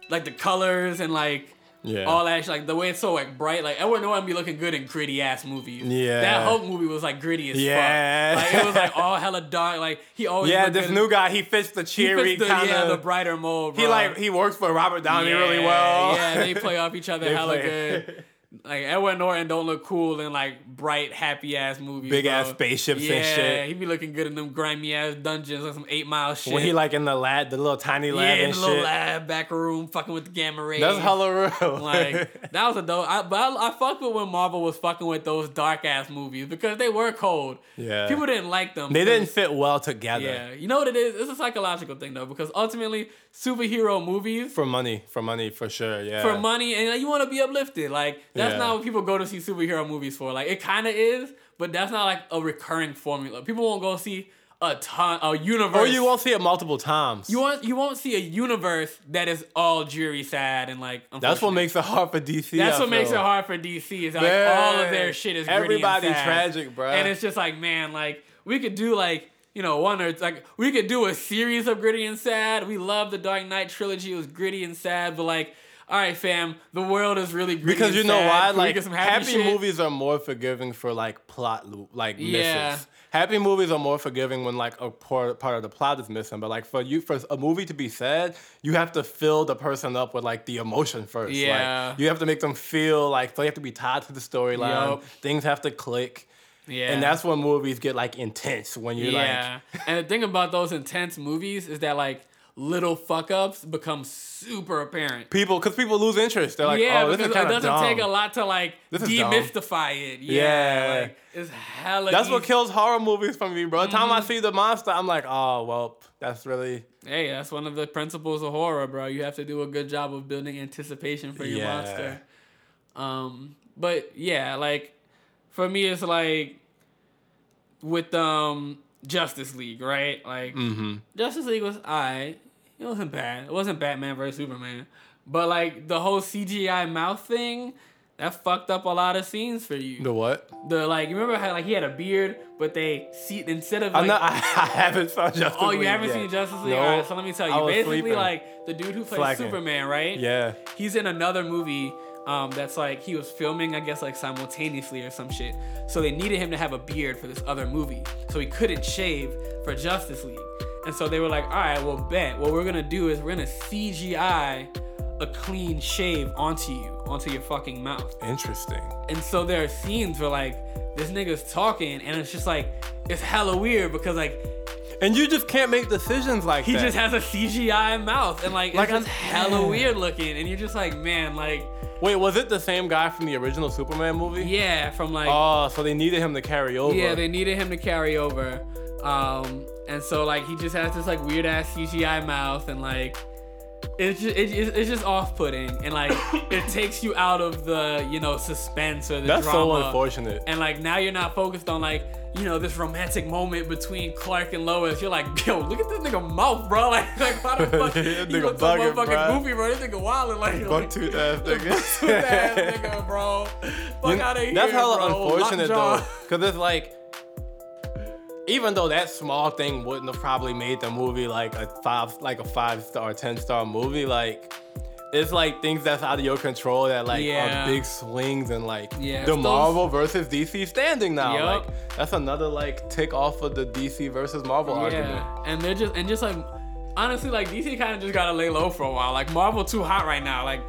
[SPEAKER 3] like the colors and like
[SPEAKER 2] Yeah.
[SPEAKER 3] all that, shit, like the way it's so like bright. Like Edward Norton be looking good in gritty ass movies.
[SPEAKER 2] Yeah.
[SPEAKER 3] that Hulk movie was like gritty as
[SPEAKER 2] Yeah.
[SPEAKER 3] fuck. Like it was like all hella dark. Like he always
[SPEAKER 2] yeah,
[SPEAKER 3] looked
[SPEAKER 2] this
[SPEAKER 3] good.
[SPEAKER 2] new guy, he fits the
[SPEAKER 3] He
[SPEAKER 2] cheery
[SPEAKER 3] fits the,
[SPEAKER 2] kind
[SPEAKER 3] yeah,
[SPEAKER 2] of.
[SPEAKER 3] the brighter mold.
[SPEAKER 2] he
[SPEAKER 3] bro.
[SPEAKER 2] like he works for Robert Downey
[SPEAKER 3] Yeah,
[SPEAKER 2] really well.
[SPEAKER 3] Yeah, they play off each other
[SPEAKER 2] They
[SPEAKER 3] hella
[SPEAKER 2] play-
[SPEAKER 3] good. Like Edward Norton don't look cool in like bright, happy ass movies.
[SPEAKER 2] Big
[SPEAKER 3] bro.
[SPEAKER 2] ass spaceships
[SPEAKER 3] yeah,
[SPEAKER 2] and shit.
[SPEAKER 3] he be looking good in them grimy ass dungeons like some eight mile shit.
[SPEAKER 2] When he like in the lab, the little tiny
[SPEAKER 3] yeah,
[SPEAKER 2] lab
[SPEAKER 3] in
[SPEAKER 2] and
[SPEAKER 3] the little
[SPEAKER 2] shit.
[SPEAKER 3] lab back room, fucking with the gamma rays.
[SPEAKER 2] That's hella real.
[SPEAKER 3] Like that was a dope. I, but I, I fucked with when Marvel was fucking with those dark ass movies because they were cold.
[SPEAKER 2] Yeah.
[SPEAKER 3] people didn't like them.
[SPEAKER 2] they
[SPEAKER 3] because-
[SPEAKER 2] didn't fit well together.
[SPEAKER 3] Yeah, you know what it is? It's a psychological thing though because ultimately superhero movies
[SPEAKER 2] For money, for money, for sure. Yeah.
[SPEAKER 3] for money and like, you want to be uplifted. Like that's
[SPEAKER 2] Yeah.
[SPEAKER 3] not what people go to see superhero movies for. Like it kind of is, but that's not like a recurring formula. People won't go see a ton a universe.
[SPEAKER 2] Or Oh, you won't see it multiple times.
[SPEAKER 3] you won't you won't see a universe that is all dreary, sad, and like.
[SPEAKER 2] That's what
[SPEAKER 3] unfortunate.
[SPEAKER 2] makes it hard for DC.
[SPEAKER 3] That's
[SPEAKER 2] I
[SPEAKER 3] what makes it
[SPEAKER 2] feel.
[SPEAKER 3] hard for DC is that, like
[SPEAKER 2] Man,
[SPEAKER 3] all of their shit is gritty
[SPEAKER 2] everybody
[SPEAKER 3] and sad.
[SPEAKER 2] tragic, bruh.
[SPEAKER 3] And it's just like man, like we could do like you know one or like we could do a series of gritty and sad. We love the Dark Knight trilogy; it was gritty and sad, but like. All right, fam. The world is really gritty
[SPEAKER 2] Because
[SPEAKER 3] and
[SPEAKER 2] you know
[SPEAKER 3] sad.
[SPEAKER 2] why?
[SPEAKER 3] Can we
[SPEAKER 2] Like
[SPEAKER 3] get some
[SPEAKER 2] happy,
[SPEAKER 3] shit?
[SPEAKER 2] movies are more forgiving for like plot loop, like
[SPEAKER 3] Yeah.
[SPEAKER 2] misses. Happy movies are more forgiving when like a part, part of the plot is missing. But like for you, for a movie to be sad, you have to fill the person up with like the emotion first.
[SPEAKER 3] Yeah.
[SPEAKER 2] Like, you have to make them feel like so you have to be tied to the storyline.
[SPEAKER 3] Yup.
[SPEAKER 2] Things have to click.
[SPEAKER 3] Yeah,
[SPEAKER 2] And that's when movies get like intense when you're
[SPEAKER 3] yeah. and the thing about those intense movies is that like little fuck ups become super apparent.
[SPEAKER 2] like people because people lose interest. They're like,
[SPEAKER 3] yeah,
[SPEAKER 2] oh, this
[SPEAKER 3] because
[SPEAKER 2] is
[SPEAKER 3] it
[SPEAKER 2] kind of
[SPEAKER 3] doesn't
[SPEAKER 2] dumb.
[SPEAKER 3] take a lot to like
[SPEAKER 2] This is dumb.
[SPEAKER 3] demystify it. Yeah,
[SPEAKER 2] Yeah.
[SPEAKER 3] like it's hella.
[SPEAKER 2] That's what
[SPEAKER 3] easy.
[SPEAKER 2] kills horror movies for me, bro. The Time
[SPEAKER 3] Mm-hmm.
[SPEAKER 2] I see the monster, I'm like, oh well, that's really
[SPEAKER 3] Hey, that's one of the principles of horror, bro. You have to do a good job of building anticipation for your
[SPEAKER 2] Yeah.
[SPEAKER 3] monster. Um, but yeah, like for me, it's like with um Justice League, right? Like
[SPEAKER 2] Mm-hmm.
[SPEAKER 3] Justice League was I. It wasn't bad. It wasn't Batman versus Superman, but like the whole CGI mouth thing, that fucked up a lot of scenes for you.
[SPEAKER 2] the what?
[SPEAKER 3] The like, you remember how like he had a beard, but they see instead of like,
[SPEAKER 2] I'm not. I, I haven't saw Justice
[SPEAKER 3] Oh, you
[SPEAKER 2] League
[SPEAKER 3] haven't
[SPEAKER 2] yet.
[SPEAKER 3] seen Justice League?
[SPEAKER 2] No,
[SPEAKER 3] All right, so let me tell
[SPEAKER 2] I
[SPEAKER 3] you.
[SPEAKER 2] was
[SPEAKER 3] Basically,
[SPEAKER 2] sleeping.
[SPEAKER 3] like the dude who plays
[SPEAKER 2] Slacking.
[SPEAKER 3] Superman, right?
[SPEAKER 2] yeah,
[SPEAKER 3] He's in another movie um, that's like he was filming, I guess, like simultaneously or some shit. So they needed him to have a beard for this other movie. So he couldn't shave for Justice League. And so they were like, all right, well, bet. What we're going to do is we're going to CGI a clean shave onto you, onto your fucking mouth.
[SPEAKER 2] interesting.
[SPEAKER 3] And so there are scenes where like this nigga's talking and it's just like it's hella weird because like
[SPEAKER 2] And you just can't make decisions like
[SPEAKER 3] He
[SPEAKER 2] that.
[SPEAKER 3] just has a CGI mouth and like,
[SPEAKER 2] Like,
[SPEAKER 3] it's just
[SPEAKER 2] I'm-
[SPEAKER 3] hella weird looking, and you're just like, man, like
[SPEAKER 2] Wait, was it the same guy from the original Superman movie?
[SPEAKER 3] yeah, from like
[SPEAKER 2] Oh, so they needed him to carry over.
[SPEAKER 3] yeah, they needed him to carry over, um, and so like he just has this like weird ass CGI mouth and like. It's just, it, it's it's just off-putting and like it takes you out of the you know suspense or the
[SPEAKER 2] That's
[SPEAKER 3] drama.
[SPEAKER 2] so unfortunate.
[SPEAKER 3] and like now you're not focused on like you know this romantic moment between Clark and Lois. You're like, yo, look at this nigga mouth, bro. Like, like why the fuck? he
[SPEAKER 2] Nigga
[SPEAKER 3] looks like
[SPEAKER 2] bugging,
[SPEAKER 3] motherfucking
[SPEAKER 2] bruh.
[SPEAKER 3] goofy, bro. This nigga wildin' like, like
[SPEAKER 2] Bucktooth ass
[SPEAKER 3] Bucktooth ass nigga, bro. Fuck out of here,
[SPEAKER 2] That's hella
[SPEAKER 3] bro.
[SPEAKER 2] unfortunate
[SPEAKER 3] Lockjaw.
[SPEAKER 2] though, because it's like, even though that small thing wouldn't have probably made the movie like a five, like a five star, ten star movie, like. It's like things that's out of your control that like
[SPEAKER 3] Yeah.
[SPEAKER 2] are big swings and like
[SPEAKER 3] Yeah, it's
[SPEAKER 2] the
[SPEAKER 3] those-
[SPEAKER 2] Marvel versus DC standing now.
[SPEAKER 3] Yup.
[SPEAKER 2] Like that's another like tick off of the DC versus Marvel argument.
[SPEAKER 3] Yeah, and they're just and just like honestly, like DC kind of just gotta lay low for a while. Like Marvel too hot right now. Like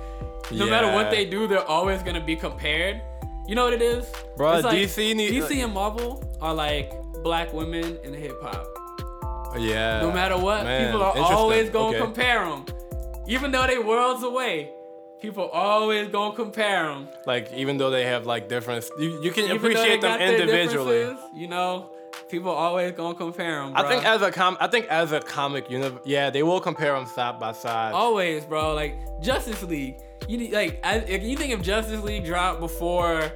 [SPEAKER 3] no matter what
[SPEAKER 2] Yeah.
[SPEAKER 3] they do, they're always gonna be compared. You know what it is,
[SPEAKER 2] Bruh,
[SPEAKER 3] It's like,
[SPEAKER 2] DC need-
[SPEAKER 3] DC and Marvel are like black women in hip hop.
[SPEAKER 2] Yeah.
[SPEAKER 3] No matter what,
[SPEAKER 2] Man,
[SPEAKER 3] people are
[SPEAKER 2] interesting.
[SPEAKER 3] always gonna
[SPEAKER 2] Okay.
[SPEAKER 3] compare 'em. compare them, even though they worlds away. People always gonna compare them.
[SPEAKER 2] Like even though they have like different, you, you can appreciate them individually.
[SPEAKER 3] You know, people always gonna compare them.
[SPEAKER 2] I think as a com, I think as a comic univ yeah, they will compare them side by side.
[SPEAKER 3] always, bro. Like Justice League. You need like I, if you think if Justice League dropped before,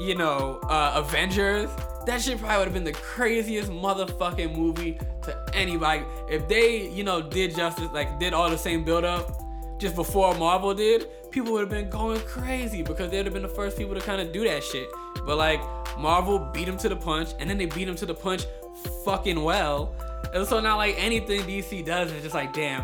[SPEAKER 3] you know, uh, Avengers, that shit probably would have been the craziest motherfucking movie to anybody. If they, you know, did Justice like did all the same build up just before Marvel did, people would have been going crazy because they'd have been the first people to kind of do that shit. But like Marvel beat them to the punch, and then they beat them to the punch fucking well. And so now like anything DC does is just like damn,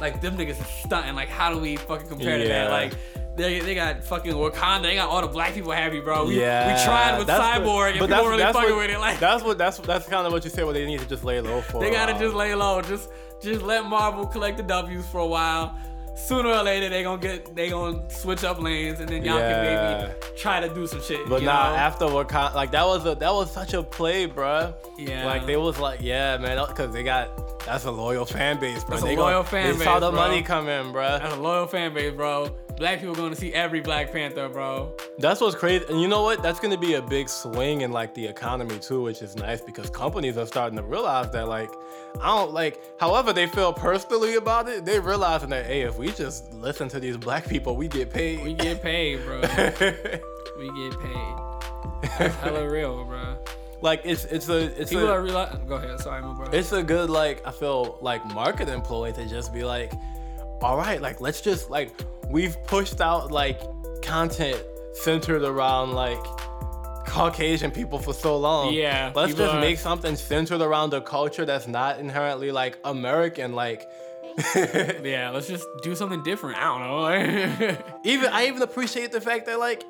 [SPEAKER 3] like them niggas is stunting. Like how do we fucking compare to that?
[SPEAKER 2] Yeah.
[SPEAKER 3] Like they, they got fucking Wakanda. They got all the black people happy, bro. We,
[SPEAKER 2] yeah,
[SPEAKER 3] we tried with
[SPEAKER 2] that's the-
[SPEAKER 3] Cyborg, and people
[SPEAKER 2] that's-
[SPEAKER 3] were really
[SPEAKER 2] that's
[SPEAKER 3] fucking
[SPEAKER 2] what-
[SPEAKER 3] with it. Like
[SPEAKER 2] that's what that's that's kind of what you said. What they need to just lay low for. um,
[SPEAKER 3] they
[SPEAKER 2] a
[SPEAKER 3] gotta
[SPEAKER 2] while.
[SPEAKER 3] just lay low. Just just let Marvel collect the W's for a while. Sooner or later, they gonna get they gonna switch up lanes, and then y'all
[SPEAKER 2] Yeah.
[SPEAKER 3] can maybe try to do some shit.
[SPEAKER 2] But
[SPEAKER 3] you
[SPEAKER 2] nah,
[SPEAKER 3] know?
[SPEAKER 2] after Wakanda, like that was a that was such a play, bruh.
[SPEAKER 3] Yeah.
[SPEAKER 2] Like they was like, yeah, man, because they got that's a loyal fan base, bro.
[SPEAKER 3] That's a
[SPEAKER 2] they
[SPEAKER 3] loyal fan
[SPEAKER 2] they saw
[SPEAKER 3] base,
[SPEAKER 2] the
[SPEAKER 3] bro.
[SPEAKER 2] money come in, bruh.
[SPEAKER 3] As a loyal fan base, bro. Black people gonna see every Black Panther, bro.
[SPEAKER 2] That's what's crazy. And you know what? That's going to be a big swing in like the economy too, which is nice because companies are starting to realize that like I don't like however they feel personally about it, they realizing that hey, if we just listen to these black people, we get paid.
[SPEAKER 3] We get paid, bro. we get paid. That's hella real, bro.
[SPEAKER 2] like it's it's a it's
[SPEAKER 3] People
[SPEAKER 2] a,
[SPEAKER 3] are real. Go ahead, sorry, my bro.
[SPEAKER 2] it's a good like I feel like market employee to just be like, all right, like let's just like we've pushed out like content centered around like Caucasian people for so long.
[SPEAKER 3] Yeah,
[SPEAKER 2] Let's
[SPEAKER 3] people
[SPEAKER 2] just
[SPEAKER 3] are-
[SPEAKER 2] make something centered around a culture that's not inherently like American. Like
[SPEAKER 3] yeah, let's just do something different. I don't know.
[SPEAKER 2] even I even appreciate the fact that like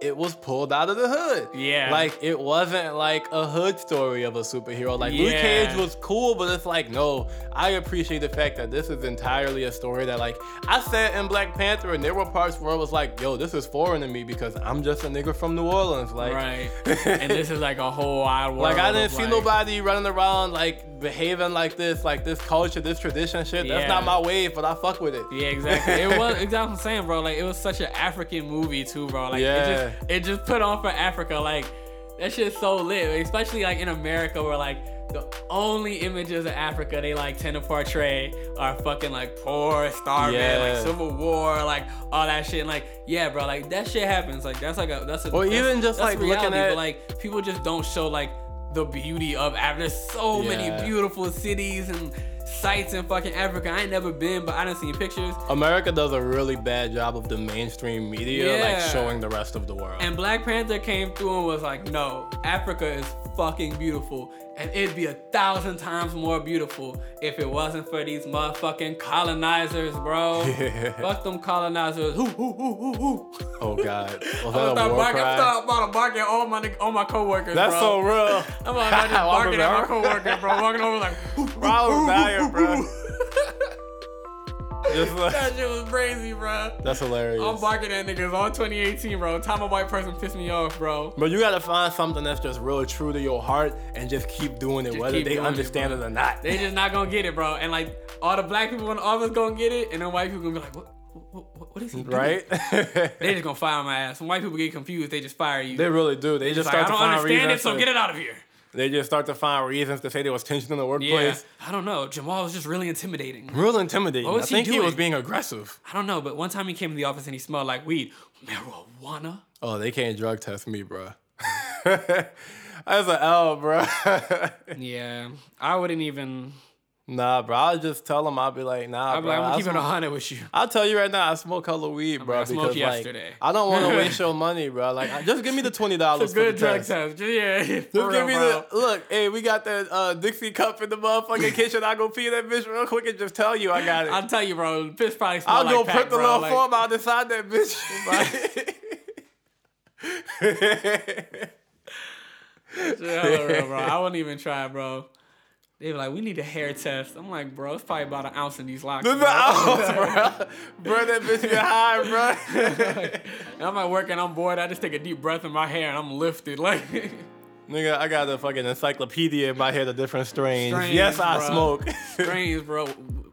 [SPEAKER 2] it was pulled out of the hood.
[SPEAKER 3] Yeah.
[SPEAKER 2] Like it wasn't like a hood story of a superhero. Like Luke
[SPEAKER 3] Yeah.
[SPEAKER 2] Cage was cool, but it's like no. I appreciate the fact that this is entirely a story that like I said in Black Panther, and there were parts where I was like, yo, this is foreign to me because I'm just a nigga from New Orleans. Like.
[SPEAKER 3] right. And this is like a whole wide world.
[SPEAKER 2] Like I
[SPEAKER 3] of,
[SPEAKER 2] didn't see
[SPEAKER 3] like-
[SPEAKER 2] nobody running around like behaving like this, like this culture, this tradition shit.
[SPEAKER 3] Yeah.
[SPEAKER 2] That's not my wave, but I fuck with it.
[SPEAKER 3] Yeah, exactly. It was exactly what I'm saying, bro. Like it was such an African movie too, bro. Like
[SPEAKER 2] Yeah.
[SPEAKER 3] it just it just put on for Africa. Like that shit's so lit, especially like in America where like the only images of Africa they like tend to portray are fucking like poor, starving,
[SPEAKER 2] Yeah.
[SPEAKER 3] like civil war, like all that shit. And, like yeah, bro, like that shit happens. Like that's like a that's a
[SPEAKER 2] Or
[SPEAKER 3] that's-
[SPEAKER 2] even just,
[SPEAKER 3] that's
[SPEAKER 2] like, looking
[SPEAKER 3] but,
[SPEAKER 2] at-
[SPEAKER 3] like people just don't show like the beauty of Africa. There's so
[SPEAKER 2] Yeah.
[SPEAKER 3] many beautiful cities and sites in fucking Africa. I ain't never been, but I done seen pictures.
[SPEAKER 2] America does a really bad job of the mainstream media
[SPEAKER 3] Yeah.
[SPEAKER 2] like showing the rest of the world.
[SPEAKER 3] And Black Panther came through and was like, no, Africa is fucking beautiful. And it'd be a thousand times more beautiful if it wasn't for these motherfucking colonizers, bro.
[SPEAKER 2] Yeah.
[SPEAKER 3] Fuck them colonizers. Hoo, hoo, hoo, hoo, hoo.
[SPEAKER 2] oh God, was
[SPEAKER 3] I'm
[SPEAKER 2] that a
[SPEAKER 3] gonna start
[SPEAKER 2] war
[SPEAKER 3] barking,
[SPEAKER 2] cry?
[SPEAKER 3] I'm start about to bark at all my, nigg- all my coworkers,
[SPEAKER 2] That's so
[SPEAKER 3] bro.
[SPEAKER 2] real.
[SPEAKER 3] I'm about to just
[SPEAKER 2] Wow, I'm
[SPEAKER 3] barking at my
[SPEAKER 2] about-
[SPEAKER 3] coworkers, bro. Walking over like, hoo, hoo,
[SPEAKER 2] Bro, I was
[SPEAKER 3] hoo,
[SPEAKER 2] dying,
[SPEAKER 3] hoo,
[SPEAKER 2] bro.
[SPEAKER 3] hoo, hoo.
[SPEAKER 2] Just like,
[SPEAKER 3] that shit was crazy, bro.
[SPEAKER 2] that's hilarious.
[SPEAKER 3] I'm barking at niggas all 2018, bro. Time a white person pissed me off, bro.
[SPEAKER 2] But you gotta find something that's just real true to your heart and just keep doing it,
[SPEAKER 3] Just
[SPEAKER 2] whether
[SPEAKER 3] keep
[SPEAKER 2] they
[SPEAKER 3] doing it,
[SPEAKER 2] understand it,
[SPEAKER 3] bro.
[SPEAKER 2] or not.
[SPEAKER 3] They just not gonna get it, bro. And like all the black people in the office gonna get it, and then white people gonna be like, what? What, what, what is he doing?
[SPEAKER 2] right?
[SPEAKER 3] They just gonna fire my ass. When white people get confused, they just fire you.
[SPEAKER 2] they really do. They just
[SPEAKER 3] It's
[SPEAKER 2] start
[SPEAKER 3] like, I
[SPEAKER 2] to
[SPEAKER 3] don't
[SPEAKER 2] find
[SPEAKER 3] understand it,
[SPEAKER 2] reasons.
[SPEAKER 3] so
[SPEAKER 2] to-
[SPEAKER 3] get it out of here.
[SPEAKER 2] They just start to find reasons to say there was tension in the
[SPEAKER 3] Yeah,
[SPEAKER 2] workplace.
[SPEAKER 3] I don't know. Jamal was just really intimidating.
[SPEAKER 2] Real intimidating.
[SPEAKER 3] What
[SPEAKER 2] I
[SPEAKER 3] was he
[SPEAKER 2] think he
[SPEAKER 3] doing?
[SPEAKER 2] was being aggressive.
[SPEAKER 3] I don't know, but one time he came to the office and he smelled like weed, marijuana.
[SPEAKER 2] Oh, they can't drug test me, bro. That's an L, bro.
[SPEAKER 3] Yeah, I wouldn't even.
[SPEAKER 2] nah, bro. I'll just tell them. I'll be like, nah,
[SPEAKER 3] I'm
[SPEAKER 2] bro.
[SPEAKER 3] like,
[SPEAKER 2] I
[SPEAKER 3] I'm keeping
[SPEAKER 2] smoke-
[SPEAKER 3] a hundred with you.
[SPEAKER 2] I'll tell you right now, I smoke hella weed, bro.
[SPEAKER 3] I smoked
[SPEAKER 2] because
[SPEAKER 3] yesterday.
[SPEAKER 2] like, I don't want to waste your money, bro. Like, I- just give me the twenty dollars.
[SPEAKER 3] It's a good drug test. Yeah,
[SPEAKER 2] Just
[SPEAKER 3] just
[SPEAKER 2] give me the look. Hey, we got that uh, Dixie cup in the motherfucking kitchen. I'll go pee that bitch real quick and just tell you I got it.
[SPEAKER 3] I'll tell you, bro. Piss probably
[SPEAKER 2] I'll
[SPEAKER 3] smells like
[SPEAKER 2] go
[SPEAKER 3] pack,
[SPEAKER 2] print the
[SPEAKER 3] bro.
[SPEAKER 2] little
[SPEAKER 3] Like,
[SPEAKER 2] form out inside that bitch.
[SPEAKER 3] yeah, for real, bro. I wouldn't even try, bro. They were like, we need a hair test. I'm like, bro, it's probably about an ounce in these lockers.
[SPEAKER 2] the ounce, bro. Bro, that bitch be high, bro.
[SPEAKER 3] And I'm at work and I'm bored. I just take a deep breath in my hair and I'm lifted. Like,
[SPEAKER 2] Nigga, I got a fucking encyclopedia in my head of different strains.
[SPEAKER 3] Strains,
[SPEAKER 2] yes, I
[SPEAKER 3] bro.
[SPEAKER 2] smoke.
[SPEAKER 3] strange, bro.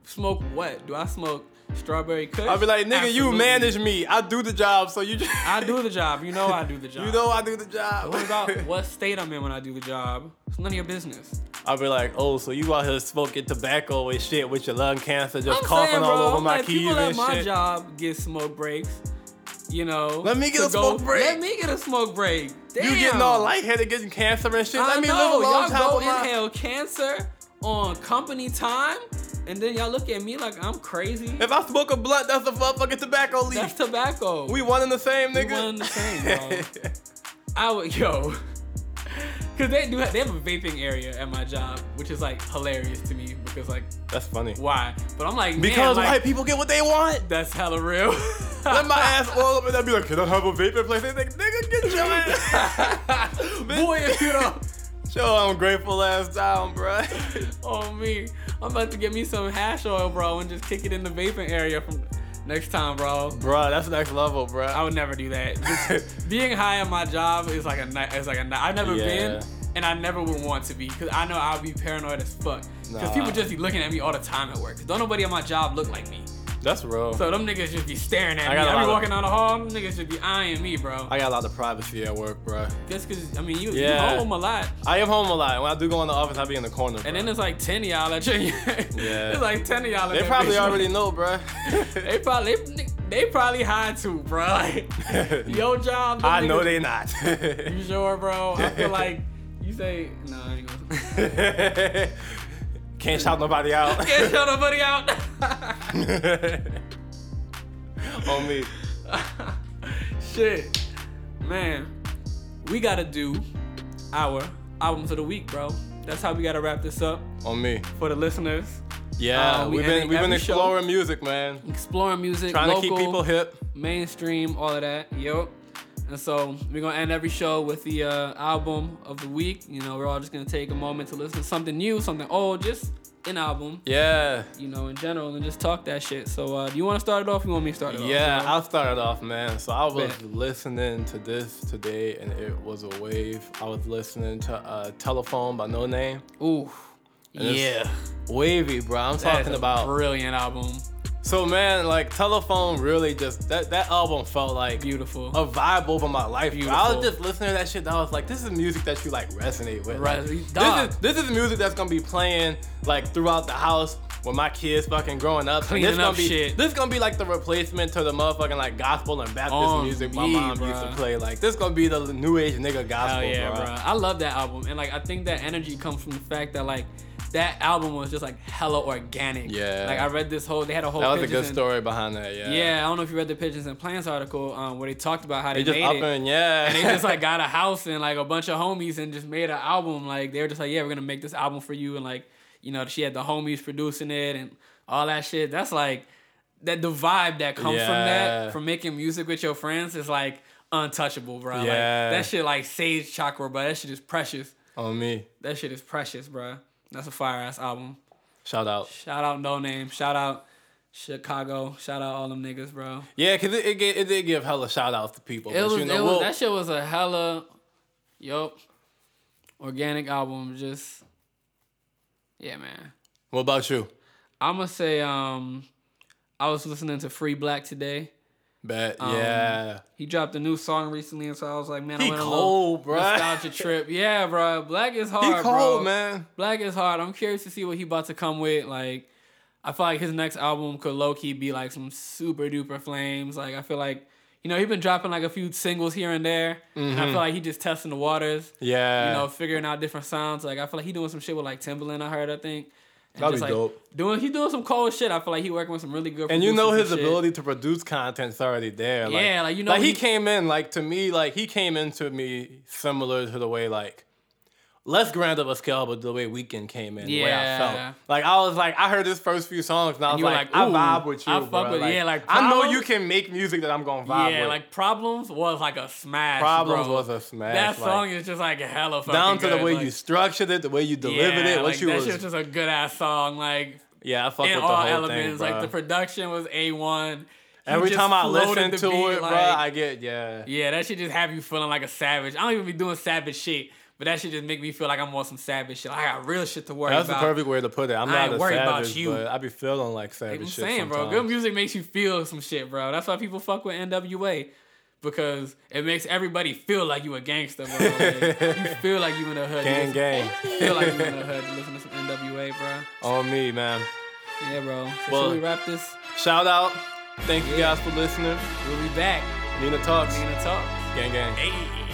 [SPEAKER 3] Smoke what? Do I smoke strawberry kush?
[SPEAKER 2] I'll be like, nigga, you
[SPEAKER 3] Absolutely.
[SPEAKER 2] manage me. I do the job, so you just.
[SPEAKER 3] I do the job. You know I do the job.
[SPEAKER 2] You know I do the job.
[SPEAKER 3] What about what state I'm in when I do the job? It's none of your business.
[SPEAKER 2] I'll be like, oh, so you out here smoking tobacco and shit with your lung cancer, just
[SPEAKER 3] I'm
[SPEAKER 2] coughing
[SPEAKER 3] saying,
[SPEAKER 2] all
[SPEAKER 3] bro,
[SPEAKER 2] over
[SPEAKER 3] I'm
[SPEAKER 2] my
[SPEAKER 3] like,
[SPEAKER 2] keys
[SPEAKER 3] people
[SPEAKER 2] and
[SPEAKER 3] at my
[SPEAKER 2] shit.
[SPEAKER 3] job get smoke breaks. You know.
[SPEAKER 2] Let me get
[SPEAKER 3] to
[SPEAKER 2] a smoke break.
[SPEAKER 3] Let me get a smoke break. Damn.
[SPEAKER 2] You getting all lightheaded, getting cancer and shit.
[SPEAKER 3] I
[SPEAKER 2] Let me
[SPEAKER 3] know.
[SPEAKER 2] live a long
[SPEAKER 3] y'all
[SPEAKER 2] time
[SPEAKER 3] go
[SPEAKER 2] with my-
[SPEAKER 3] inhale cancer on company time, and then y'all look at me like I'm crazy.
[SPEAKER 2] If I smoke a blunt, that's a fucking tobacco leaf.
[SPEAKER 3] That's tobacco.
[SPEAKER 2] we one and the same, nigga.
[SPEAKER 3] one and the same, bro. I would yo, cause they do. Have, they have a vaping area at my job, which is like hilarious to me because like
[SPEAKER 2] that's funny.
[SPEAKER 3] why? But I'm like
[SPEAKER 2] Because
[SPEAKER 3] man, like,
[SPEAKER 2] white people get what they want.
[SPEAKER 3] That's hella real.
[SPEAKER 2] Let my ass all up and I'd be like, can I have a vapor place? They think, nigga, get your ass.
[SPEAKER 3] Boy, if you don't.
[SPEAKER 2] Yo, I'm grateful ass down, bro.
[SPEAKER 3] Oh me, I'm about to get me some hash oil, bro, and just kick it in the vaping area from next time, bro.
[SPEAKER 2] Bro, that's next level, bro.
[SPEAKER 3] I would never do that. Just being high at my job is like a night. It's like a night. I've never
[SPEAKER 2] Yeah.
[SPEAKER 3] been, and I never would want to be, cause I know I'll be paranoid as fuck. Cause
[SPEAKER 2] Nah.
[SPEAKER 3] people just be looking at me all the time at work. do don't nobody at my job look like me.
[SPEAKER 2] that's real.
[SPEAKER 3] So them niggas just be staring at
[SPEAKER 2] I
[SPEAKER 3] me.
[SPEAKER 2] got a
[SPEAKER 3] I
[SPEAKER 2] lot
[SPEAKER 3] be
[SPEAKER 2] of-
[SPEAKER 3] walking down the hall. Them niggas just be eyeing me, bro.
[SPEAKER 2] I got a lot of privacy at work, bro.
[SPEAKER 3] Just cause I mean you,
[SPEAKER 2] Yeah.
[SPEAKER 3] you home a lot.
[SPEAKER 2] I am home a lot. When I do go in the office, I be in the corner.
[SPEAKER 3] And
[SPEAKER 2] bruh.
[SPEAKER 3] then it's like ten of y'all at your. yeah. It's like ten of y'all. at
[SPEAKER 2] they
[SPEAKER 3] that
[SPEAKER 2] probably
[SPEAKER 3] bitch.
[SPEAKER 2] already know, bro.
[SPEAKER 3] They probably they, they probably high too, bro. Like your job. them
[SPEAKER 2] I know
[SPEAKER 3] niggas-
[SPEAKER 2] they not.
[SPEAKER 3] You sure, bro? I feel like you say no. I ain't gonna.
[SPEAKER 2] Can't shout nobody out.
[SPEAKER 3] Can't show nobody out.
[SPEAKER 2] On me.
[SPEAKER 3] Shit, man. We gotta do our albums of the week, bro. That's how we gotta wrap this up
[SPEAKER 2] On me.
[SPEAKER 3] for the listeners.
[SPEAKER 2] Yeah,
[SPEAKER 3] Uh,
[SPEAKER 2] we
[SPEAKER 3] we
[SPEAKER 2] have been
[SPEAKER 3] ending
[SPEAKER 2] we've been
[SPEAKER 3] every show-
[SPEAKER 2] exploring music, man.
[SPEAKER 3] Exploring music,
[SPEAKER 2] Trying
[SPEAKER 3] local,
[SPEAKER 2] to keep people hip.
[SPEAKER 3] mainstream, all of that. Yep. And so we're gonna end every show with the uh, album of the week. You know, we're all just gonna take a moment to listen to something new, something old, just an album.
[SPEAKER 2] Yeah.
[SPEAKER 3] You know, in general, and just talk that shit. So, uh, do you want to start it off? You want me to start it off?
[SPEAKER 2] Oh, Yeah, I'll start it off, man. So I was
[SPEAKER 3] Bet.
[SPEAKER 2] listening to this today and it was a wave. I was listening to uh, Telephone by No Name.
[SPEAKER 3] Ooh.
[SPEAKER 2] it's
[SPEAKER 3] Yeah.
[SPEAKER 2] Wavy, bro. I'm
[SPEAKER 3] That is
[SPEAKER 2] talking
[SPEAKER 3] a
[SPEAKER 2] about
[SPEAKER 3] brilliant album.
[SPEAKER 2] So man, like Telephone really just that that album felt like
[SPEAKER 3] Beautiful.
[SPEAKER 2] a vibe over my life. bro. I
[SPEAKER 3] Beautiful.
[SPEAKER 2] was just listening to that shit. I was like, this is music that you like resonate with.
[SPEAKER 3] Right,
[SPEAKER 2] Like,
[SPEAKER 3] dog.
[SPEAKER 2] this is this is music that's gonna be playing like throughout the house when my kids fucking growing up. And
[SPEAKER 3] Cleaning
[SPEAKER 2] this gonna
[SPEAKER 3] up
[SPEAKER 2] be,
[SPEAKER 3] shit.
[SPEAKER 2] This gonna be like the replacement to the motherfucking like gospel and Baptist
[SPEAKER 3] On
[SPEAKER 2] music my
[SPEAKER 3] me,
[SPEAKER 2] mom used
[SPEAKER 3] bruh.
[SPEAKER 2] to play. Like this gonna be the new age nigga gospel,
[SPEAKER 3] Hell yeah, bro.
[SPEAKER 2] bruh.
[SPEAKER 3] I love that album, and like I think that energy comes from the fact that like that album was just like hella organic.
[SPEAKER 2] Yeah.
[SPEAKER 3] Like I read this whole. They had a whole.
[SPEAKER 2] That was a
[SPEAKER 3] Pigeons
[SPEAKER 2] good
[SPEAKER 3] and-
[SPEAKER 2] story behind that. Yeah.
[SPEAKER 3] Yeah, I don't know if you read the Pigeons and Plants article um, where they talked about how they,
[SPEAKER 2] They just
[SPEAKER 3] made
[SPEAKER 2] up
[SPEAKER 3] it.
[SPEAKER 2] and yeah.
[SPEAKER 3] they just like got a house and like a bunch of homies and just made an album. Like they were just like, yeah, we're gonna make this album for you, and like you know she had the homies producing it and all that shit. That's like that the vibe that comes from
[SPEAKER 2] Yeah.
[SPEAKER 3] that from making music with your friends is like untouchable, bro. Like,
[SPEAKER 2] Yeah.
[SPEAKER 3] that shit like sage chakra, bro. That shit is precious.
[SPEAKER 2] on me.
[SPEAKER 3] That shit is precious, bro. That's a fire ass album.
[SPEAKER 2] Shout out.
[SPEAKER 3] Shout out No Name. Shout out. Chicago. Shout out all them niggas, bro.
[SPEAKER 2] Yeah, cause it it, ga- it did give hella shout outs to people.
[SPEAKER 3] It
[SPEAKER 2] but
[SPEAKER 3] was,
[SPEAKER 2] you know,
[SPEAKER 3] it
[SPEAKER 2] we'll-
[SPEAKER 3] was that shit was a hella, yup, organic album. Just yeah, man.
[SPEAKER 2] what about you?
[SPEAKER 3] I'm gonna say um, I was listening to Free Black today.
[SPEAKER 2] Bet
[SPEAKER 3] Um,
[SPEAKER 2] yeah.
[SPEAKER 3] He dropped a new song recently, and so I was like, man, I
[SPEAKER 2] He
[SPEAKER 3] went
[SPEAKER 2] cold,
[SPEAKER 3] a little
[SPEAKER 2] bruh.
[SPEAKER 3] nostalgia trip. Yeah, bro. Black is hard,
[SPEAKER 2] He
[SPEAKER 3] bro.
[SPEAKER 2] cold, man.
[SPEAKER 3] Black is hard. I'm curious to see what he about to come with. Like, I feel like his next album could low key be like some super duper flames. Like, I feel like you know he been dropping like a few singles here and there,
[SPEAKER 2] Mm-hmm.
[SPEAKER 3] and I feel like he just testing the waters.
[SPEAKER 2] Yeah.
[SPEAKER 3] You know, figuring out different sounds. Like, I feel like he doing some shit with like Timbaland. I heard, I think. And
[SPEAKER 2] That'd
[SPEAKER 3] just,
[SPEAKER 2] be
[SPEAKER 3] like,
[SPEAKER 2] dope.
[SPEAKER 3] Doing he doing some cold shit. I feel like he working with some really good.
[SPEAKER 2] and you know his
[SPEAKER 3] producers and shit.
[SPEAKER 2] ability to produce content's already there. Like,
[SPEAKER 3] Yeah, like, you know
[SPEAKER 2] like he,
[SPEAKER 3] he-
[SPEAKER 2] came in like to me, like he came into me similar to the way like less grand of a scale, but the way Weekend came in, the way I
[SPEAKER 3] Yeah.
[SPEAKER 2] felt. Like I was like, I heard his first few songs, and I was
[SPEAKER 3] you were
[SPEAKER 2] like,
[SPEAKER 3] like,
[SPEAKER 2] I
[SPEAKER 3] ooh,
[SPEAKER 2] vibe with you.
[SPEAKER 3] I fuck
[SPEAKER 2] bro.
[SPEAKER 3] with- yeah, like,
[SPEAKER 2] I know
[SPEAKER 3] Problems-
[SPEAKER 2] you can make music that I'm gonna vibe
[SPEAKER 3] Yeah,
[SPEAKER 2] with.
[SPEAKER 3] like problems was like a smash.
[SPEAKER 2] Problems
[SPEAKER 3] bro.
[SPEAKER 2] was a smash.
[SPEAKER 3] That
[SPEAKER 2] like,
[SPEAKER 3] song is just like hella fucking
[SPEAKER 2] down to the
[SPEAKER 3] good,
[SPEAKER 2] way
[SPEAKER 3] like-
[SPEAKER 2] you structured it, the way you delivered
[SPEAKER 3] yeah,
[SPEAKER 2] it, what
[SPEAKER 3] like,
[SPEAKER 2] you
[SPEAKER 3] that
[SPEAKER 2] was.
[SPEAKER 3] shit was just a good ass song. Like
[SPEAKER 2] yeah, I fuck with
[SPEAKER 3] in
[SPEAKER 2] the
[SPEAKER 3] all
[SPEAKER 2] whole
[SPEAKER 3] elements,
[SPEAKER 2] thing,
[SPEAKER 3] like the
[SPEAKER 2] bro.
[SPEAKER 3] production was a one.
[SPEAKER 2] Every time I listen to it, bro, I get yeah.
[SPEAKER 3] yeah, that should just have you feeling like a savage. I don't even be doing savage shit, but that should just make me feel like I'm on some savage shit. Like, I got real shit to worry
[SPEAKER 2] That's the
[SPEAKER 3] about.
[SPEAKER 2] perfect way to put it. I'm
[SPEAKER 3] I
[SPEAKER 2] not
[SPEAKER 3] ain't
[SPEAKER 2] a
[SPEAKER 3] worried about
[SPEAKER 2] savage,
[SPEAKER 3] you.
[SPEAKER 2] but I be feeling like savage
[SPEAKER 3] I'm
[SPEAKER 2] shit
[SPEAKER 3] saying, bro.
[SPEAKER 2] sometimes.
[SPEAKER 3] Good music makes you feel some shit, bro. That's why people fuck with NWA because it makes everybody feel like you a gangster, bro. Like, you feel like you in the hood.
[SPEAKER 2] Gang,
[SPEAKER 3] You
[SPEAKER 2] gang.
[SPEAKER 3] listen- Feel like you in the hood. You Listen to some NWA, bro.
[SPEAKER 2] On me, man.
[SPEAKER 3] Yeah, bro. So
[SPEAKER 2] Well-
[SPEAKER 3] should we wrap this?
[SPEAKER 2] Shout out. Thank you guys for listening.
[SPEAKER 3] We'll be back.
[SPEAKER 2] Nina Talks.
[SPEAKER 3] Nina Talks.
[SPEAKER 2] Gang, gang.
[SPEAKER 3] Hey.